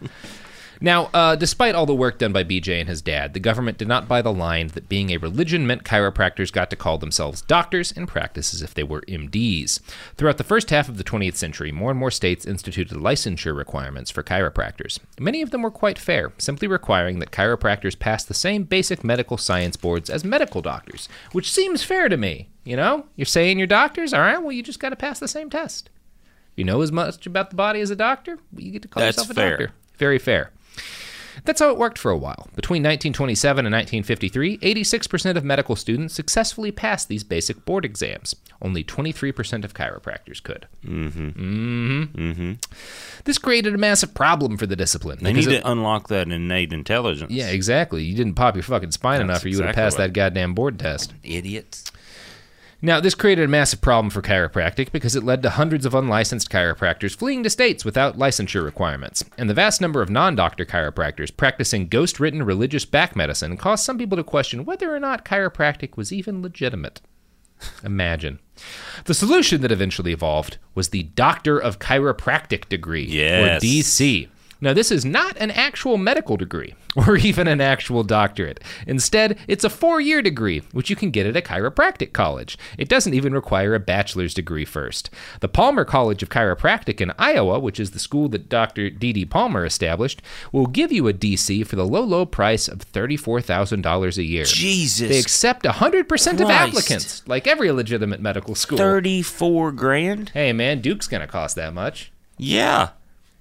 Now, uh, despite all the work done by BJ and his dad, the government did not buy the line that being a religion meant chiropractors got to call themselves doctors and practice as if they were MDs. Throughout the first half of the 20th century, more and more states instituted licensure requirements for chiropractors. Many of them were quite fair, simply requiring that chiropractors pass the same basic medical science boards as medical doctors, which seems fair to me. You know, you're saying you're doctors, all right, well, you just got to pass the same test. You know as much about the body as a doctor, well, you get to call That's yourself a fair. doctor. Very fair. That's how it worked for a while. Between 1927 and 1953, 86% of medical students successfully passed these basic board exams. Only 23% of chiropractors could. Mm-hmm. Mm-hmm. Mm-hmm. This created a massive problem for the discipline. They because need it- to unlock that innate intelligence. yeah, exactly. You didn't pop your fucking spine enough, or you would have exactly passed what- that goddamn board test. Idiots. Now, this created a massive problem for chiropractic because it led to hundreds of unlicensed chiropractors fleeing to states without licensure requirements. And the vast number of non doctor chiropractors practicing ghost written religious back medicine caused some people to question whether or not chiropractic was even legitimate. Imagine. The solution that eventually evolved was the Doctor of Chiropractic degree, Yes. or DC. Now, this is not an actual medical degree (laughs) or even an actual doctorate. Instead, it's a four year degree, which you can get at a chiropractic college. It doesn't even require a bachelor's degree first. The Palmer College of Chiropractic in Iowa, which is the school that Dr. D.D. Palmer established, will give you a DC for the low, low price of $34,000 a year. Jesus. They accept 100% of Christ. applicants, like every legitimate medical school. 34 grand? Hey, man, Duke's going to cost that much. Yeah.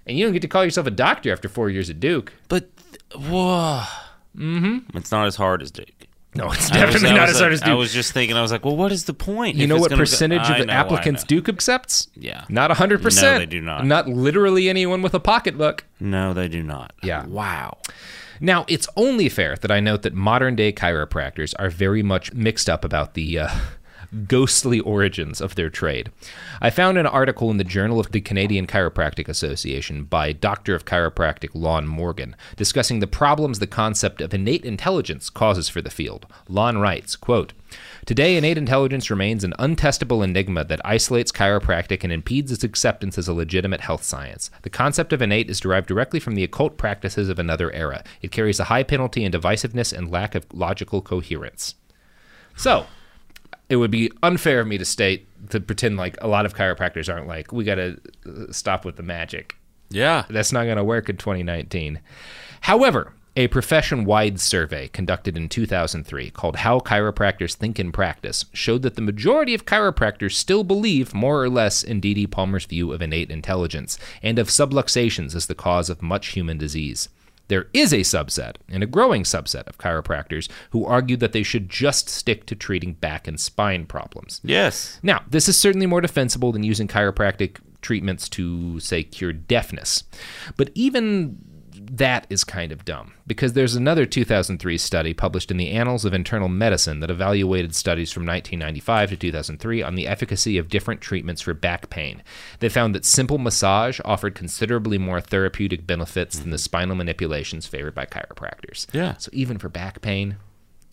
And you don't get to call yourself a doctor after four years at Duke. But, whoa. Mm-hmm. It's not as hard as Duke. No, it's I was- definitely I not was as hard like- as Duke. I was just thinking, I was like, well, what is the point? you if know it's what gonna go- percentage I of know, I applicants know. Duke accepts? Yeah. Not 100%. No, they do not. Not literally anyone with a pocketbook. No, they do not. Yeah. Wow. Now, it's only fair that I note that modern day chiropractors are very much mixed up about the uh, (laughs) ghostly origins of their trade. I found an article in the Journal of the Canadian Chiropractic Association by Doctor of Chiropractic Lon Morgan discussing the problems the concept of innate intelligence causes for the field. Lon writes, quote, Today, innate intelligence remains an untestable enigma that isolates chiropractic and impedes its acceptance as a legitimate health science. The concept of innate is derived directly from the occult practices of another era. It carries a high penalty in divisiveness and lack of logical coherence. So, it would be unfair of me to state to pretend like a lot of chiropractors aren't like we got to stop with the magic. Yeah. (laughs) That's not going to work in 2019. However, a profession wide survey conducted in 2003 called How Chiropractors Think and Practice showed that the majority of chiropractors still believe more or less in D.D. Palmer's view of innate intelligence and of subluxations as the cause of much human disease. There is a subset, and a growing subset, of chiropractors who argue that they should just stick to treating back and spine problems. Yes. Now, this is certainly more defensible than using chiropractic treatments to, say, cure deafness. But even that is kind of dumb because there's another 2003 study published in the Annals of Internal Medicine that evaluated studies from 1995 to 2003 on the efficacy of different treatments for back pain. They found that simple massage offered considerably more therapeutic benefits than the spinal manipulations favored by chiropractors. Yeah. So even for back pain,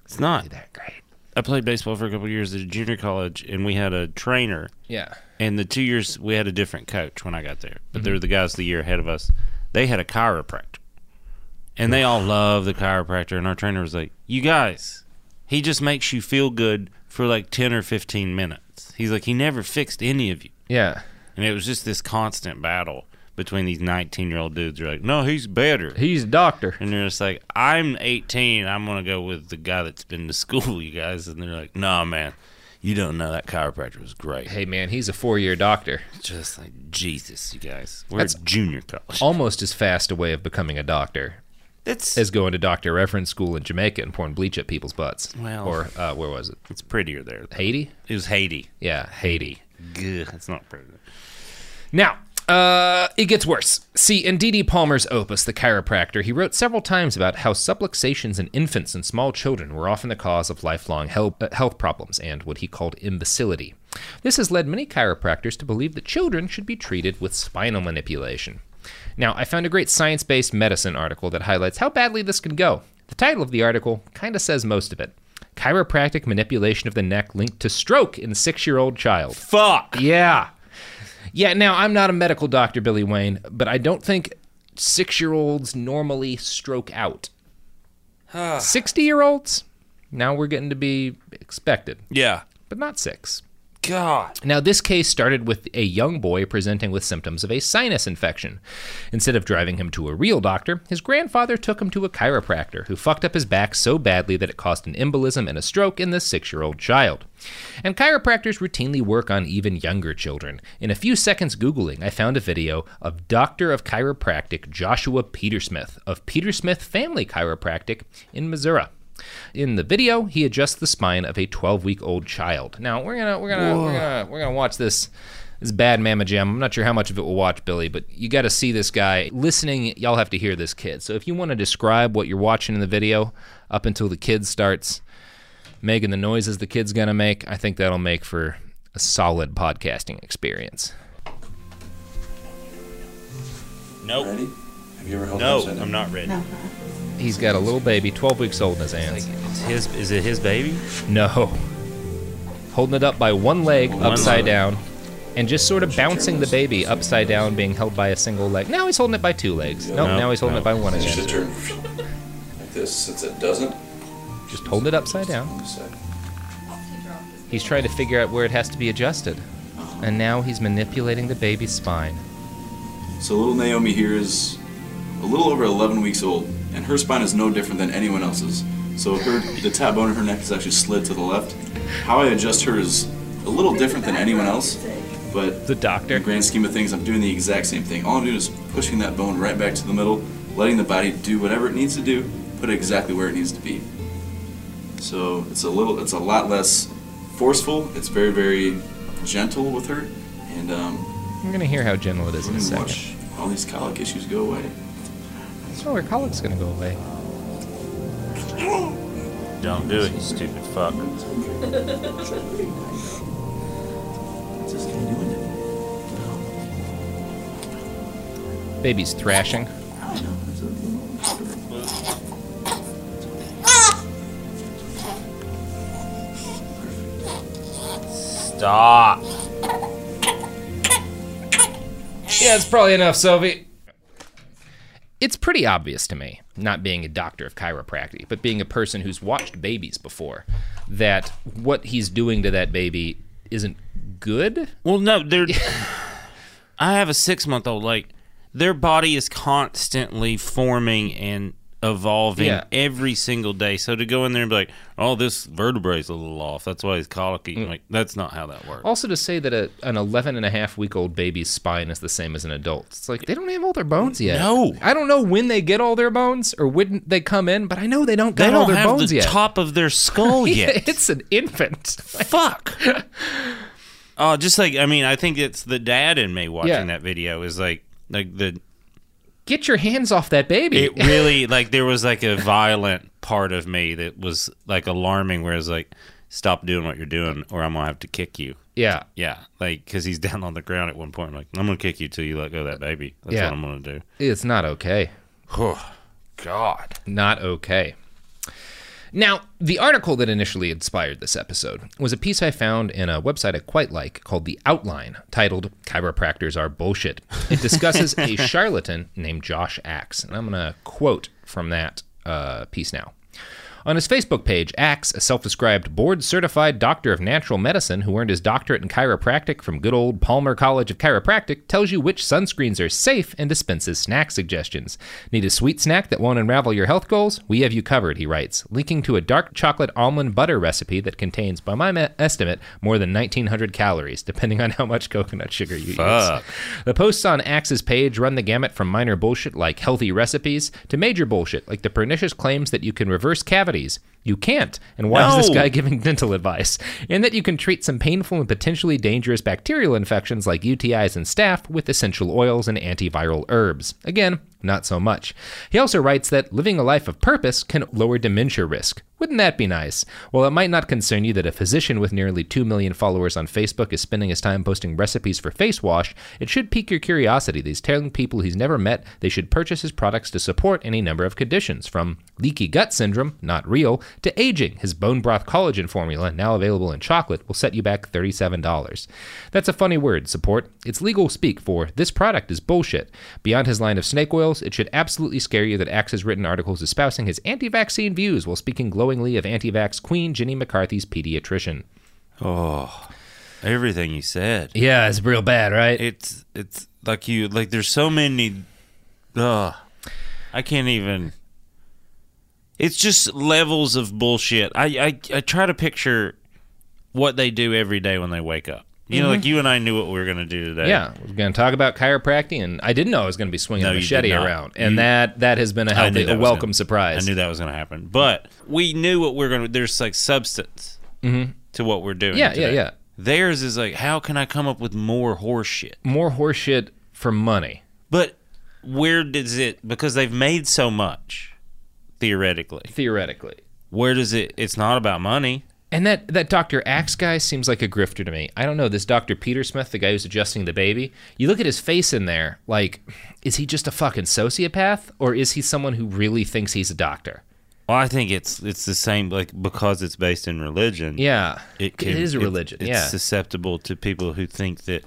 It's not. that great. I played baseball for a couple of years at junior college, and we had a trainer. Yeah. And the two years we had a different coach when I got there, but they Mm-hmm. were the guys the year ahead of us. They had a chiropractor, and they all love the chiropractor. And our trainer was like, "You guys, he just makes you feel good for like ten or fifteen minutes." He's like, "He never fixed any of you," Yeah. and it was just this constant battle between these nineteen-year-old dudes. They're like, "No, he's better." He's a doctor. And they're just like, I'm 18. I'm going to go with the guy that's been to school, you guys. And they're like, nah, man, you don't know. That chiropractor was great. Hey man, he's a four-year doctor. Just like, Jesus, you guys. We're That's- at junior college. Almost as fast a way of becoming a doctor That's, as going to Dr. Reference School in Jamaica and pouring bleach at people's butts. Well- or uh, where was it? it's prettier there. though. Haiti? It was Haiti. Yeah, Haiti. Gah, that's not prettier. Now, uh, it gets worse. See, in D.D. Palmer's opus, The Chiropractor, he wrote several times about how subluxations in infants and small children were often the cause of lifelong health, uh, health problems and what he called imbecility. This has led many chiropractors to believe that children should be treated with spinal manipulation. Now, I found a great science based medicine article that highlights how badly this can go. The title of the article kind of says most of it Chiropractic manipulation of the neck linked to stroke in six year old child. Fuck. Yeah. Yeah, now I'm not a medical doctor, Billy Wayne, but I don't think six year olds normally stroke out. 60 year olds? Now we're getting to be expected, Yeah. but not six. God. Now, this case started with a young boy presenting with symptoms of a sinus infection. Instead of driving him to a real doctor, his grandfather took him to a chiropractor who fucked up his back so badly that it caused an embolism and a stroke in this six year old child. And chiropractors routinely work on even younger children. In a few seconds Googling, I found a video of Doctor of Chiropractic Joshua Petersmith of Petersmith Family Chiropractic in Missouri. In the video, he adjusts the spine of a 12-week-old child. Now we're gonna we're gonna we're gonna we're gonna watch this. This bad Mama Jam. I'm not sure how much of it we'll watch, Billy, but you got to see this guy. Listening, y'all have to hear this kid. So if you want to describe what you're watching in the video up until the kid starts making the noises the kid's gonna make, I think that'll make for a solid podcasting experience. Nope. Ready? Have you ever held No, upside down? I'm not ready. He's got a little baby, 12 weeks old in his hands. It's his, is it his baby? No. Holding it up by one leg upside leg. down and just sort of bouncing the baby upside down, being held by a single leg. Now he's holding it by two legs. Nope, No, now he's holding no. it by one You should again. turn like this since it doesn't. Just holding it upside down. This side. He's trying to figure out where it has to be adjusted. And now he's manipulating the baby's spine. So little Naomi here is a little over 11 weeks old, and her spine is no different than anyone else's. So her the top bone in her neck is actually slid to the left. How I adjust her is a little different than anyone else, but The In doctor. the grand scheme of things, I'm doing the exact same thing. All I'm doing is pushing that bone right back to the middle, letting the body do whatever it needs to do, put it exactly where it needs to be. So it's a little, it's a lot less forceful. It's very, very gentle with her, and um, I'm going to hear how gentle it is we're in a gonna second. watch all these colic issues go away. So our colic's going to go away. Don't do it, you stupid fuck. Baby's thrashing. Stop. Yeah, it's probably enough, Sophie. It's pretty obvious to me, not being a doctor of chiropractic, but being a person who's watched babies before, that what he's doing to that baby isn't good. Well, no, they're. (sighs) I have a six month old. Like, their body is constantly forming and evolving Yeah. every single day. So to go in there and be like, oh, this vertebrae's a little off. That's why he's colicky. Mm. Like, that's not how that works. Also, to say that a, an 11 and a half week old baby's spine is the same as an adult, it's like they don't have all their bones yet. No. I don't know when they get all their bones or when they come in, but I know they don't get They all don't their have bones the yet. (laughs) top of their skull yet. it's an infant. Fuck. Oh, just like I mean, I think it's the dad in me watching Yeah. that video is like, like the (laughs) Get your hands off that baby. it really like there was like a violent part of me that was like alarming, where it's like, stop doing what you're doing, or I'm gonna have to kick you. yeah. Yeah, like because he's (laughs) down on the ground at one point. I'm like, I'm gonna kick you till you let go of that baby. That's Yeah. what I'm gonna do. It's not okay. God. Not okay. Now, the article that initially inspired this episode was a piece I found in a website I quite like called The Outline, titled Chiropractors Are Bullshit. It discusses a charlatan named Josh Axe, and I'm going to quote from that uh, piece now. On his Facebook page, Axe, a self described board certified doctor of natural medicine who earned his doctorate in chiropractic from good old Palmer College of Chiropractic, tells you which sunscreens are safe and dispenses snack suggestions. Need a sweet snack that won't unravel your health goals? We have you covered, he writes, linking to a dark chocolate almond butter recipe that contains, by my ma- estimate, more than 1,900 calories, depending on how much coconut sugar you use. Fuck. The posts on Axe's page run the gamut from minor bullshit like healthy recipes to major bullshit like the pernicious claims that you can reverse cavities. You can't. And why is this No. guy giving dental advice? And that you can treat some painful and potentially dangerous bacterial infections like UTIs and staph with essential oils and antiviral herbs. Again, not so much. He also writes that living a life of purpose can lower dementia risk. Wouldn't that be nice? Well, it might not concern you that a physician with nearly 2 million followers on Facebook is spending his time posting recipes for face wash. It should pique your curiosity that he's telling people he's never met they should purchase his products to support any number of conditions, from leaky gut syndrome, not real, to aging. His bone broth collagen formula, now available in chocolate, will set you back $37. That's a funny word, support. It's legal speak for this product is bullshit. Beyond his line of snake oils, it should absolutely scare you that Axe has written articles espousing his anti vaccine views while speaking glowingly of anti vax queen Jenny McCarthy's pediatrician. Everything you said. Yeah, it's real bad, right? It's it's like you like there's so many. Ugh. I can't even. It's just levels of bullshit. I I, I try to picture what they do every day when they wake up. You know, like you and I knew what we were gonna do Mm-hmm. today. Yeah, we're going to talk about chiropractic, and I didn't know I was going to be swinging No, a you did machete not. around, and You- that that has been a I knew healthy, that a was welcome gonna- surprise. I knew that was going to happen, but we knew what we are going to. There's like substance to what we're doing. Mm-hmm. Yeah, yeah, today. yeah. Theirs is like, how can I come up with more horse shit? More horseshit for money. But where does it? Because they've made so much, theoretically. theoretically. Where does it? It's not about money. And that, that Dr. Axe guy seems like a grifter to me. I don't know. This Dr. Peter Smith, the guy who's adjusting the baby, you look at his face in there, like, is he just a fucking sociopath or is he someone who really thinks he's a doctor? Well, I think it's it's the same. Like because it's based in religion. Yeah. it, can, it is a religion. it's yeah. susceptible to people who think that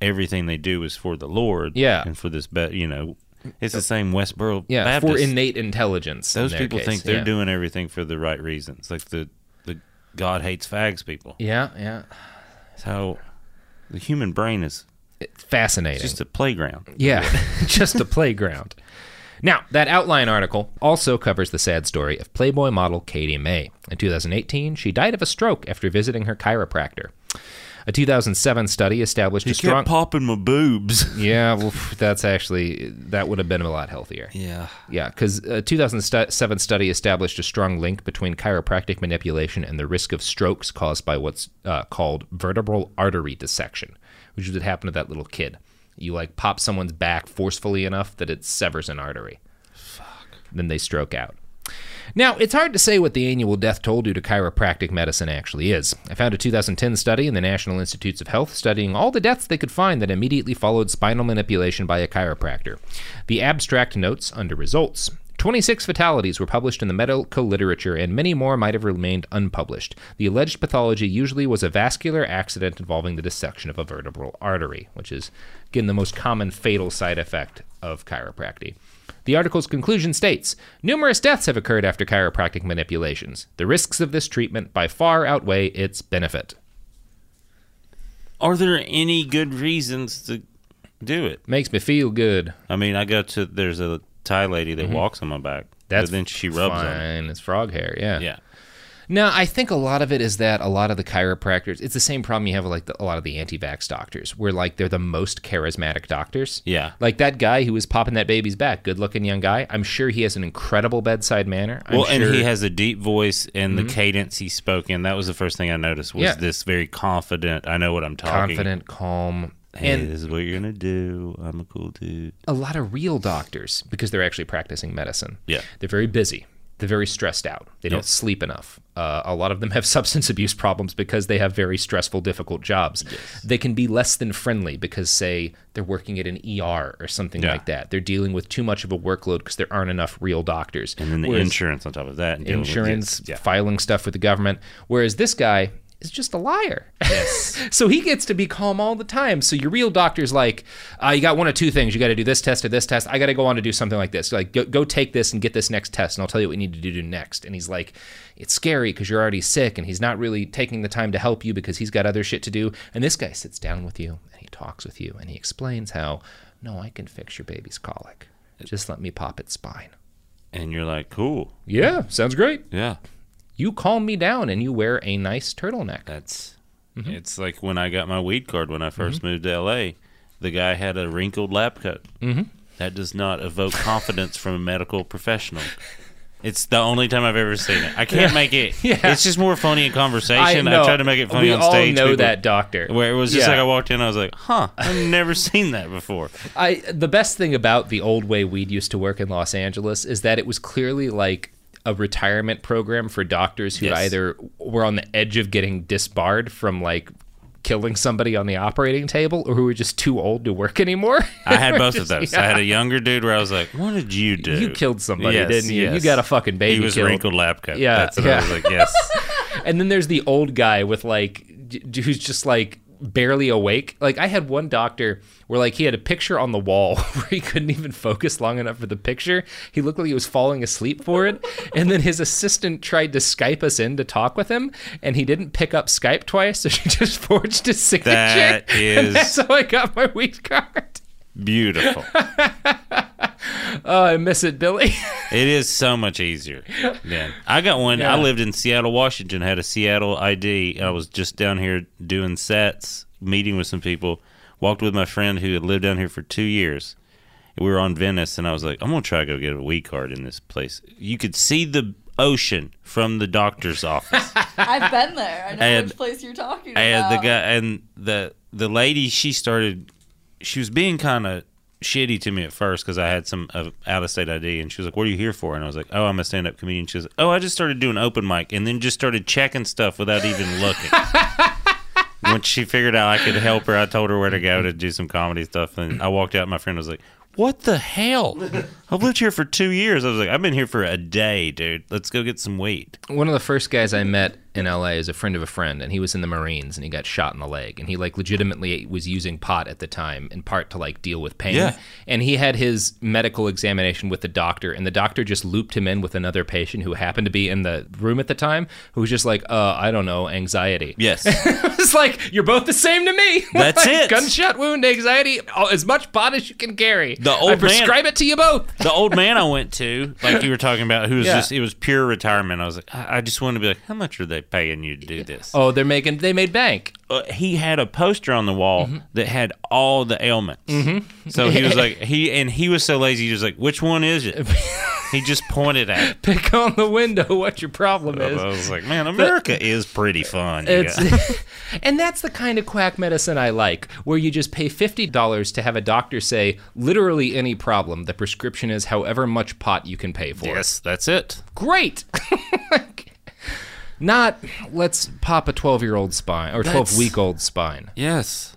everything they do is for the Lord. Yeah. and for this, be- you know, it's the same Westboro. yeah. For Baptist. innate intelligence. in Those their people case. think they're yeah. doing everything for the right reasons, like the the God hates fags people. Yeah, yeah. So the human brain is It's fascinating. just a playground. Yeah, (laughs) just a playground. Now, that outline article also covers the sad story of Playboy model Katie May. In 2018, she died of a stroke after visiting her chiropractor. A 2007 study established a strong. popping my boobs. (laughs) yeah, well, that's actually that would have been a lot healthier. Yeah. Yeah, uh, because a 2007 study established a strong link between chiropractic manipulation and the risk of strokes caused by what's uh, called vertebral artery dissection, which would happen to that little kid. You like pop someone's back forcefully enough that it severs an artery. Fuck. Then they stroke out. Now, it's hard to say what the annual death toll due to chiropractic medicine actually is. I found a 2010 study in the National Institutes of Health studying all the deaths they could find that immediately followed spinal manipulation by a chiropractor. The abstract notes under results. 26 fatalities were published in the medical literature, and many more might have remained unpublished. The alleged pathology usually was a vascular accident involving the dissection of a vertebral artery, which is, again, the most common fatal side effect of chiropractic. The article's conclusion states numerous deaths have occurred after chiropractic manipulations. The risks of this treatment by far outweigh its benefit. Are there any good reasons to do it? Makes me feel good. I mean, I go to there's a Thai lady that Mhm. walks on my back. That's but then she rubs on it. fine. It's frog hair, yeah. Yeah. No, I think a lot of it is that a lot of the chiropractors, it's the same problem you have with like the, a lot of the anti-vax doctors, where like they're the most charismatic doctors. Yeah. Like that guy who was popping that baby's back, good-looking young guy. I'm sure he has an incredible bedside manner. I'm well, and he sure- has a deep voice and Mhm. the cadence he spoke in. That was the first thing I noticed was Yeah. this very confident. I know what I'm talking. confident, calm, Hey, and- this is what you're gonna do. I'm a cool dude. a lot of real doctors because they're actually practicing medicine. Yeah. They're very busy. They're very stressed out. They don't Yes. sleep enough. Uh, a lot of them have (laughs) substance abuse problems because they have very stressful, difficult jobs. They can be less than friendly because, say, they're working at an ER or something Yeah. like that. They're dealing with too much of a workload because there aren't enough real doctors. And then the Whereas- insurance on top of that. and dealing with this. insurance, Yeah. filing stuff with the government. Whereas this guy is just a liar. Yes. (laughs) so he gets to be calm all the time. So your real doctor's like, uh, you got one of two things. You got to do this test or this test. I got to go on to do something like this. Like, go, go take this and get this next test, and I'll tell you what we need to do next. And he's like, it's scary because you're already sick, and he's not really taking the time to help you because he's got other shit to do. And this guy sits down with you and he talks with you and he explains how, no, I can fix your baby's colic. Just let me pop its spine. And you're like, cool. Yeah, sounds great Yeah. you calm me down and you wear a nice turtleneck. That's Mm-hmm. it's like when I got my weed card when I 1st moved to LA. The guy had a wrinkled lab coat. Mhm. That does not evoke confidence from a medical professional. It's the only time I've ever seen it. I can't Yeah. make it. (laughs) Yeah. It's just more funny in conversation. I, know. tried to make it funny We on all stage. know People- that doctor. Where it was just Yeah. like I walked in, I was like, "Huh, (laughs) I've never seen that before." I the best thing about the old way weed used to work in Los Angeles is that it was clearly like a retirement program for doctors who Yes. either were on the edge of getting disbarred from like killing somebody on the operating table or who were just too old to work anymore. (laughs) I had both of Just- those. I yeah. had a younger dude where I was like, "What did you do? You killed somebody, Yes, didn't you? You yes. got a fucking baby He was killed. wrinkled lab coat. Yeah, That's what I yeah. was (laughs) like. Yes, and then there's the old guy with like j- who's just like barely awake. Like I had one doctor where like he had a picture on the wall (laughs) where he couldn't even focus long enough for the picture. He looked like he was falling asleep for it. And then his assistant tried to Skype us in to talk with him and he didn't pick up Skype twice, (laughs) so she just forged his signature. That And (laughs) is- that's how I got my weed card. beautiful. Oh, I miss it, Billy. (laughs) It is so much easier. Then I got one. Yeah. I lived in Seattle, Washington, had a Seattle ID. I was just down here doing sets, meeting with some people. Walked with my friend who had lived down here for two years. We were on Venice, and I was like, I'm gonna try to go get a weed card in this place. You could see the ocean from the doctor's office. I've been there. I know And- which place you're talking and about. the guy and the the lady, she started. She was being kind of shitty to me at first because I had some uh, out of state ID, and she was like, "What are you here for?" And I was like, "Oh, I'm a stand up comedian." She was, like, "Oh, I just started doing open mic, and then just started checking stuff without even looking." Once she figured out I could help her, I told her where to go to do some comedy stuff, and I walked out. And my friend was like. What the hell? I've lived here for two years. I was like, I've been here for a day, dude. Let's go get some weed. one of the first guys I met in LA is a friend of a friend, and he was in the Marines and he got shot in the leg, and he like legitimately was using pot at the time in part to like deal with pain. Yeah. And he had his medical examination with the doctor, and the doctor just looped him in with another patient who happened to be in the room at the time, who was just like, uh, I don't know, anxiety. (laughs) Yes. it's like you're both the same to me. (laughs) That's Like, it. Gunshot wound, anxiety, all- as much pot as you can carry. The old I man- prescribe it to you both. the old man I went to, like you were talking about, who was Yeah. just it was pure retirement. I was like, I I just wanted to be like, how much are they paying you to do this? Oh, they're making they made bank. (laughs) Uh, he had a poster on the wall Mm-hmm. that had (laughs) all the ailments. So he was like, he and he was so lazy, he was like, which one is it? He just pointed (laughs) at it. Pick on the window what your problem is. I was like, man, America is pretty fun. you It's, (laughs) guys." and that's the kind of quack medicine I like, where you just pay $50 to have a doctor say literally any problem. The prescription is however much pot you can pay for. yes, that's it. Great. (laughs) Not let's pop a 12 year old spine or 12 That's- week old spine. Yes.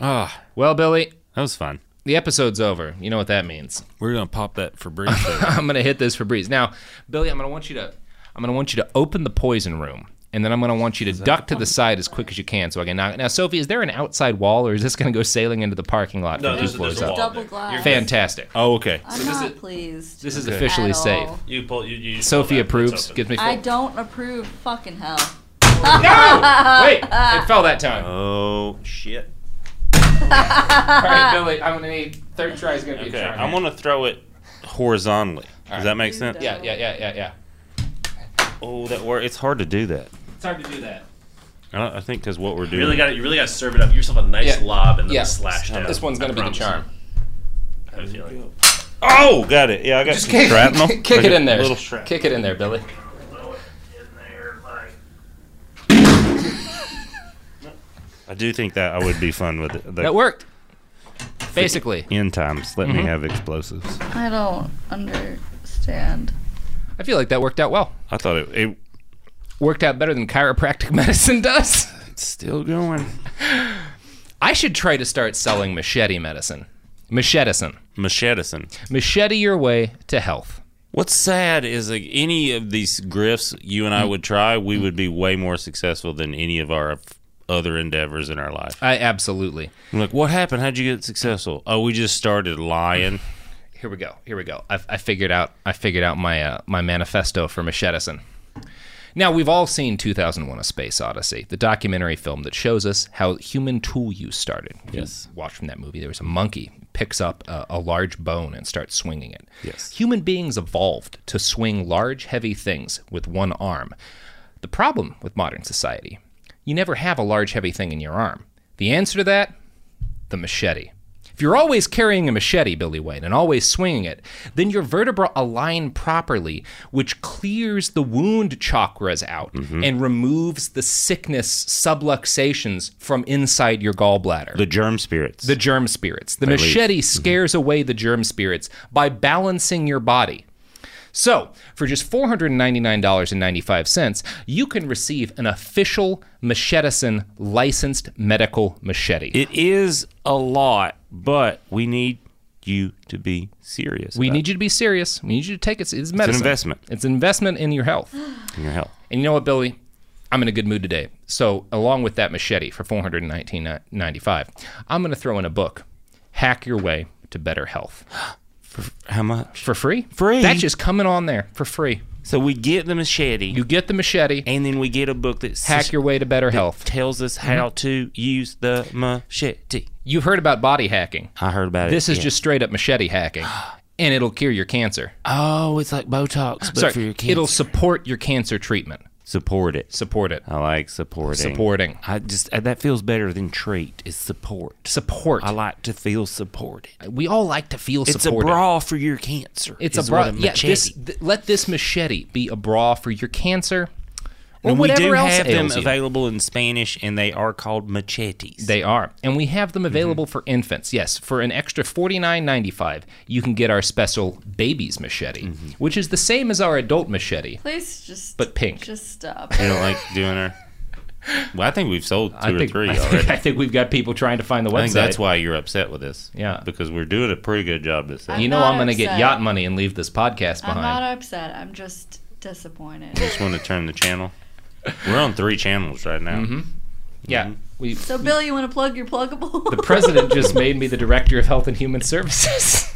Ah, Well, Billy, that was fun. the episode's over. You know what that means. We're gonna pop that for breach. (laughs) I'm gonna hit this Febreze. Now, Billy, I'm gonna want you to I'm gonna want you to open the poison room. And then I'm gonna want you to duck to the side as quick as you can so I can knock Now, Sophie, is there an outside wall or is this gonna go sailing into the parking lot from No, two there's, there's floors a up? wall. Double there. glass. You're- Fantastic. oh, okay. I'm not pleased. This is officially at safe. all. You pull. You, you Sophie pull that, it's approves, open. gives me I full- don't approve. Fucking hell. Wait, it fell that time. Oh shit. All right, Billy, I'm gonna need third try is gonna be Okay, a charm. I'm gonna throw it horizontally. Does that make sense? yeah, yeah, yeah, yeah, yeah. Oh, that word. It's hard to do that. It's hard to do that. I, don't- I think because what we're You doing. really got to You really got to serve it up. Give yourself a nice Yeah. lob and then Yeah. slash down. This one's gonna I be the promise. charm. I have a feeling. oh, got it. Yeah, I got Just some kick, (laughs) shrapnel. kick Like it a in there. Little shrapnel. Kick it in there, Billy. I do think that I would be fun with it. The That Mm-hmm. worked. Basically, End times. Let me have explosives. I don't understand. I feel like that worked out well. I thought it. it Worked out better than chiropractic (laughs) medicine does. it's still going. I should try to start selling machete medicine. Machetison. Machetison. Machete your way to health. What's sad is like any of these grifts you and I would try, we would be way more successful than any of our f- other endeavors in our life. I absolutely. I'm like, what happened? How'd you get successful? Oh, we just started lying. Here we go. Here we go. I, I figured out. I figured out my uh, my manifesto for Machetison. Now we've all seen 2001: A Space Odyssey, the documentary film that shows us how human tool use started. Yes. Watch from that movie. There was a monkey picks up a, a large bone and starts swinging it. Yes. Human beings evolved to swing large, heavy things with one arm. The problem with modern society, you never have a large, heavy thing in your arm. The answer to that, the machete. If you're always carrying a machete, Billy Wayne, and always swinging it, then your vertebra align properly, which clears the wound chakras out and removes the sickness subluxations from inside your gallbladder. The germ spirits. The germ spirits. The machete scares away the germ spirits by balancing your body. So, for just $499.95, you can receive an official Machetison licensed medical machete. it is a lot, but we need you to be serious. We about need you to be serious. We need you to take it. It's medicine. investment. It's an investment in your health. your health. And you know what, Billy? I'm in a good mood today. So, along with that machete for 419.95, I'm going to throw in a book, Hack Your Way to Better Health, How much? for free. Free? That's just coming on there for free. So we get the machete, You get the machete, and then we get a book that Hack Your Way to Better Health. Mm-hmm. tells us how to use the machete. You've heard about body hacking. I heard about it. This is yeah. just straight up machete (gasps) hacking, and it'll cure your cancer. oh, it's like Botox, but for your Sorry, kids. it'll support your cancer treatment. support it. Support it. I like supporting. Supporting. I just uh, that feels better than treat. Is support. Support. I like to feel supported. we all like to feel It's supported. a bra for your cancer. It's is a bra. what yeah, machete- this, th- let this machete be a bra for your cancer or and we whatever do else have them ails you. available in Spanish, and they are called machetes. They are, and we have Mhm. them available for infants. Yes, for an extra forty nine ninety five, you can get our special baby's machete, Mhm. which is the same as our adult machete. Please just. But pink. Just stop. you don't like doing (laughs) her. Well, I think we've sold two I or think, (laughs) three I already. think, I think we've got people trying to find the website. I think that's why you're upset with this. Yeah. Because we're doing a pretty good job this you time. know I'm I'm going to get upset. yacht money and leave this podcast I'm behind. not upset. I'm just (laughs) disappointed. just want to turn the channel. We're on three channels right now. Mm-hmm. yeah, we. So, Bill, you want to plug your pluggable? The president (laughs) just made me the director of health and human services.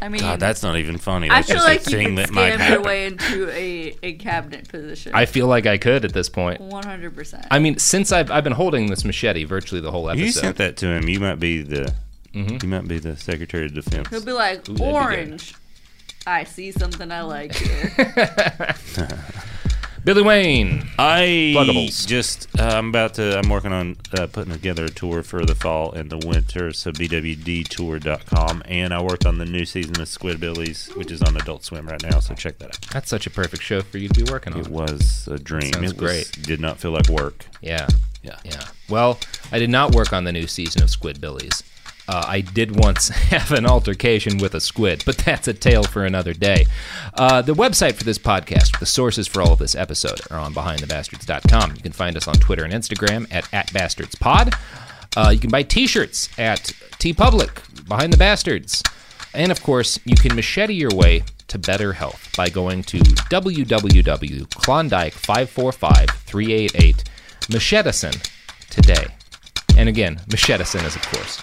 I mean, God, that's not even funny. I That's feel just like a you thing can that might scam your happen. way into a, a cabinet position. I feel like I could at this point. 100%. I mean, since I've I've been holding this machete virtually the whole episode. Mm-hmm. You sent that to him. You might be the. You might be the Secretary of Defense. He'll be like, that'd be good. orange. I see something I like here. Billy Wayne. I Pluggables. just uh, I'm about to I'm working on uh, putting together a tour for the fall and the winter. So bwdtour.com, and I worked on the new season of Squidbillies, which is on Adult Swim right now. So check that out. That's such a perfect show for you to be working on. It was a dream. Oh. Sounds it was- great. did not feel like work. Yeah. Yeah. Yeah. Well, I did not work on the new season of Squidbillies. Uh, I did once (laughs) have an altercation with a squid, but that's a tale for another day. Uh, the website for this podcast, the sources for all of this episode, are on BehindTheBastards.com. You can find us on Twitter and Instagram at, at BastardsPod. Uh, you can buy t shirts at TPublic, Behind the Bastards. And of course, you can machete your way to better health by going to www.klondike545388 machetison today. And again, machetison is of course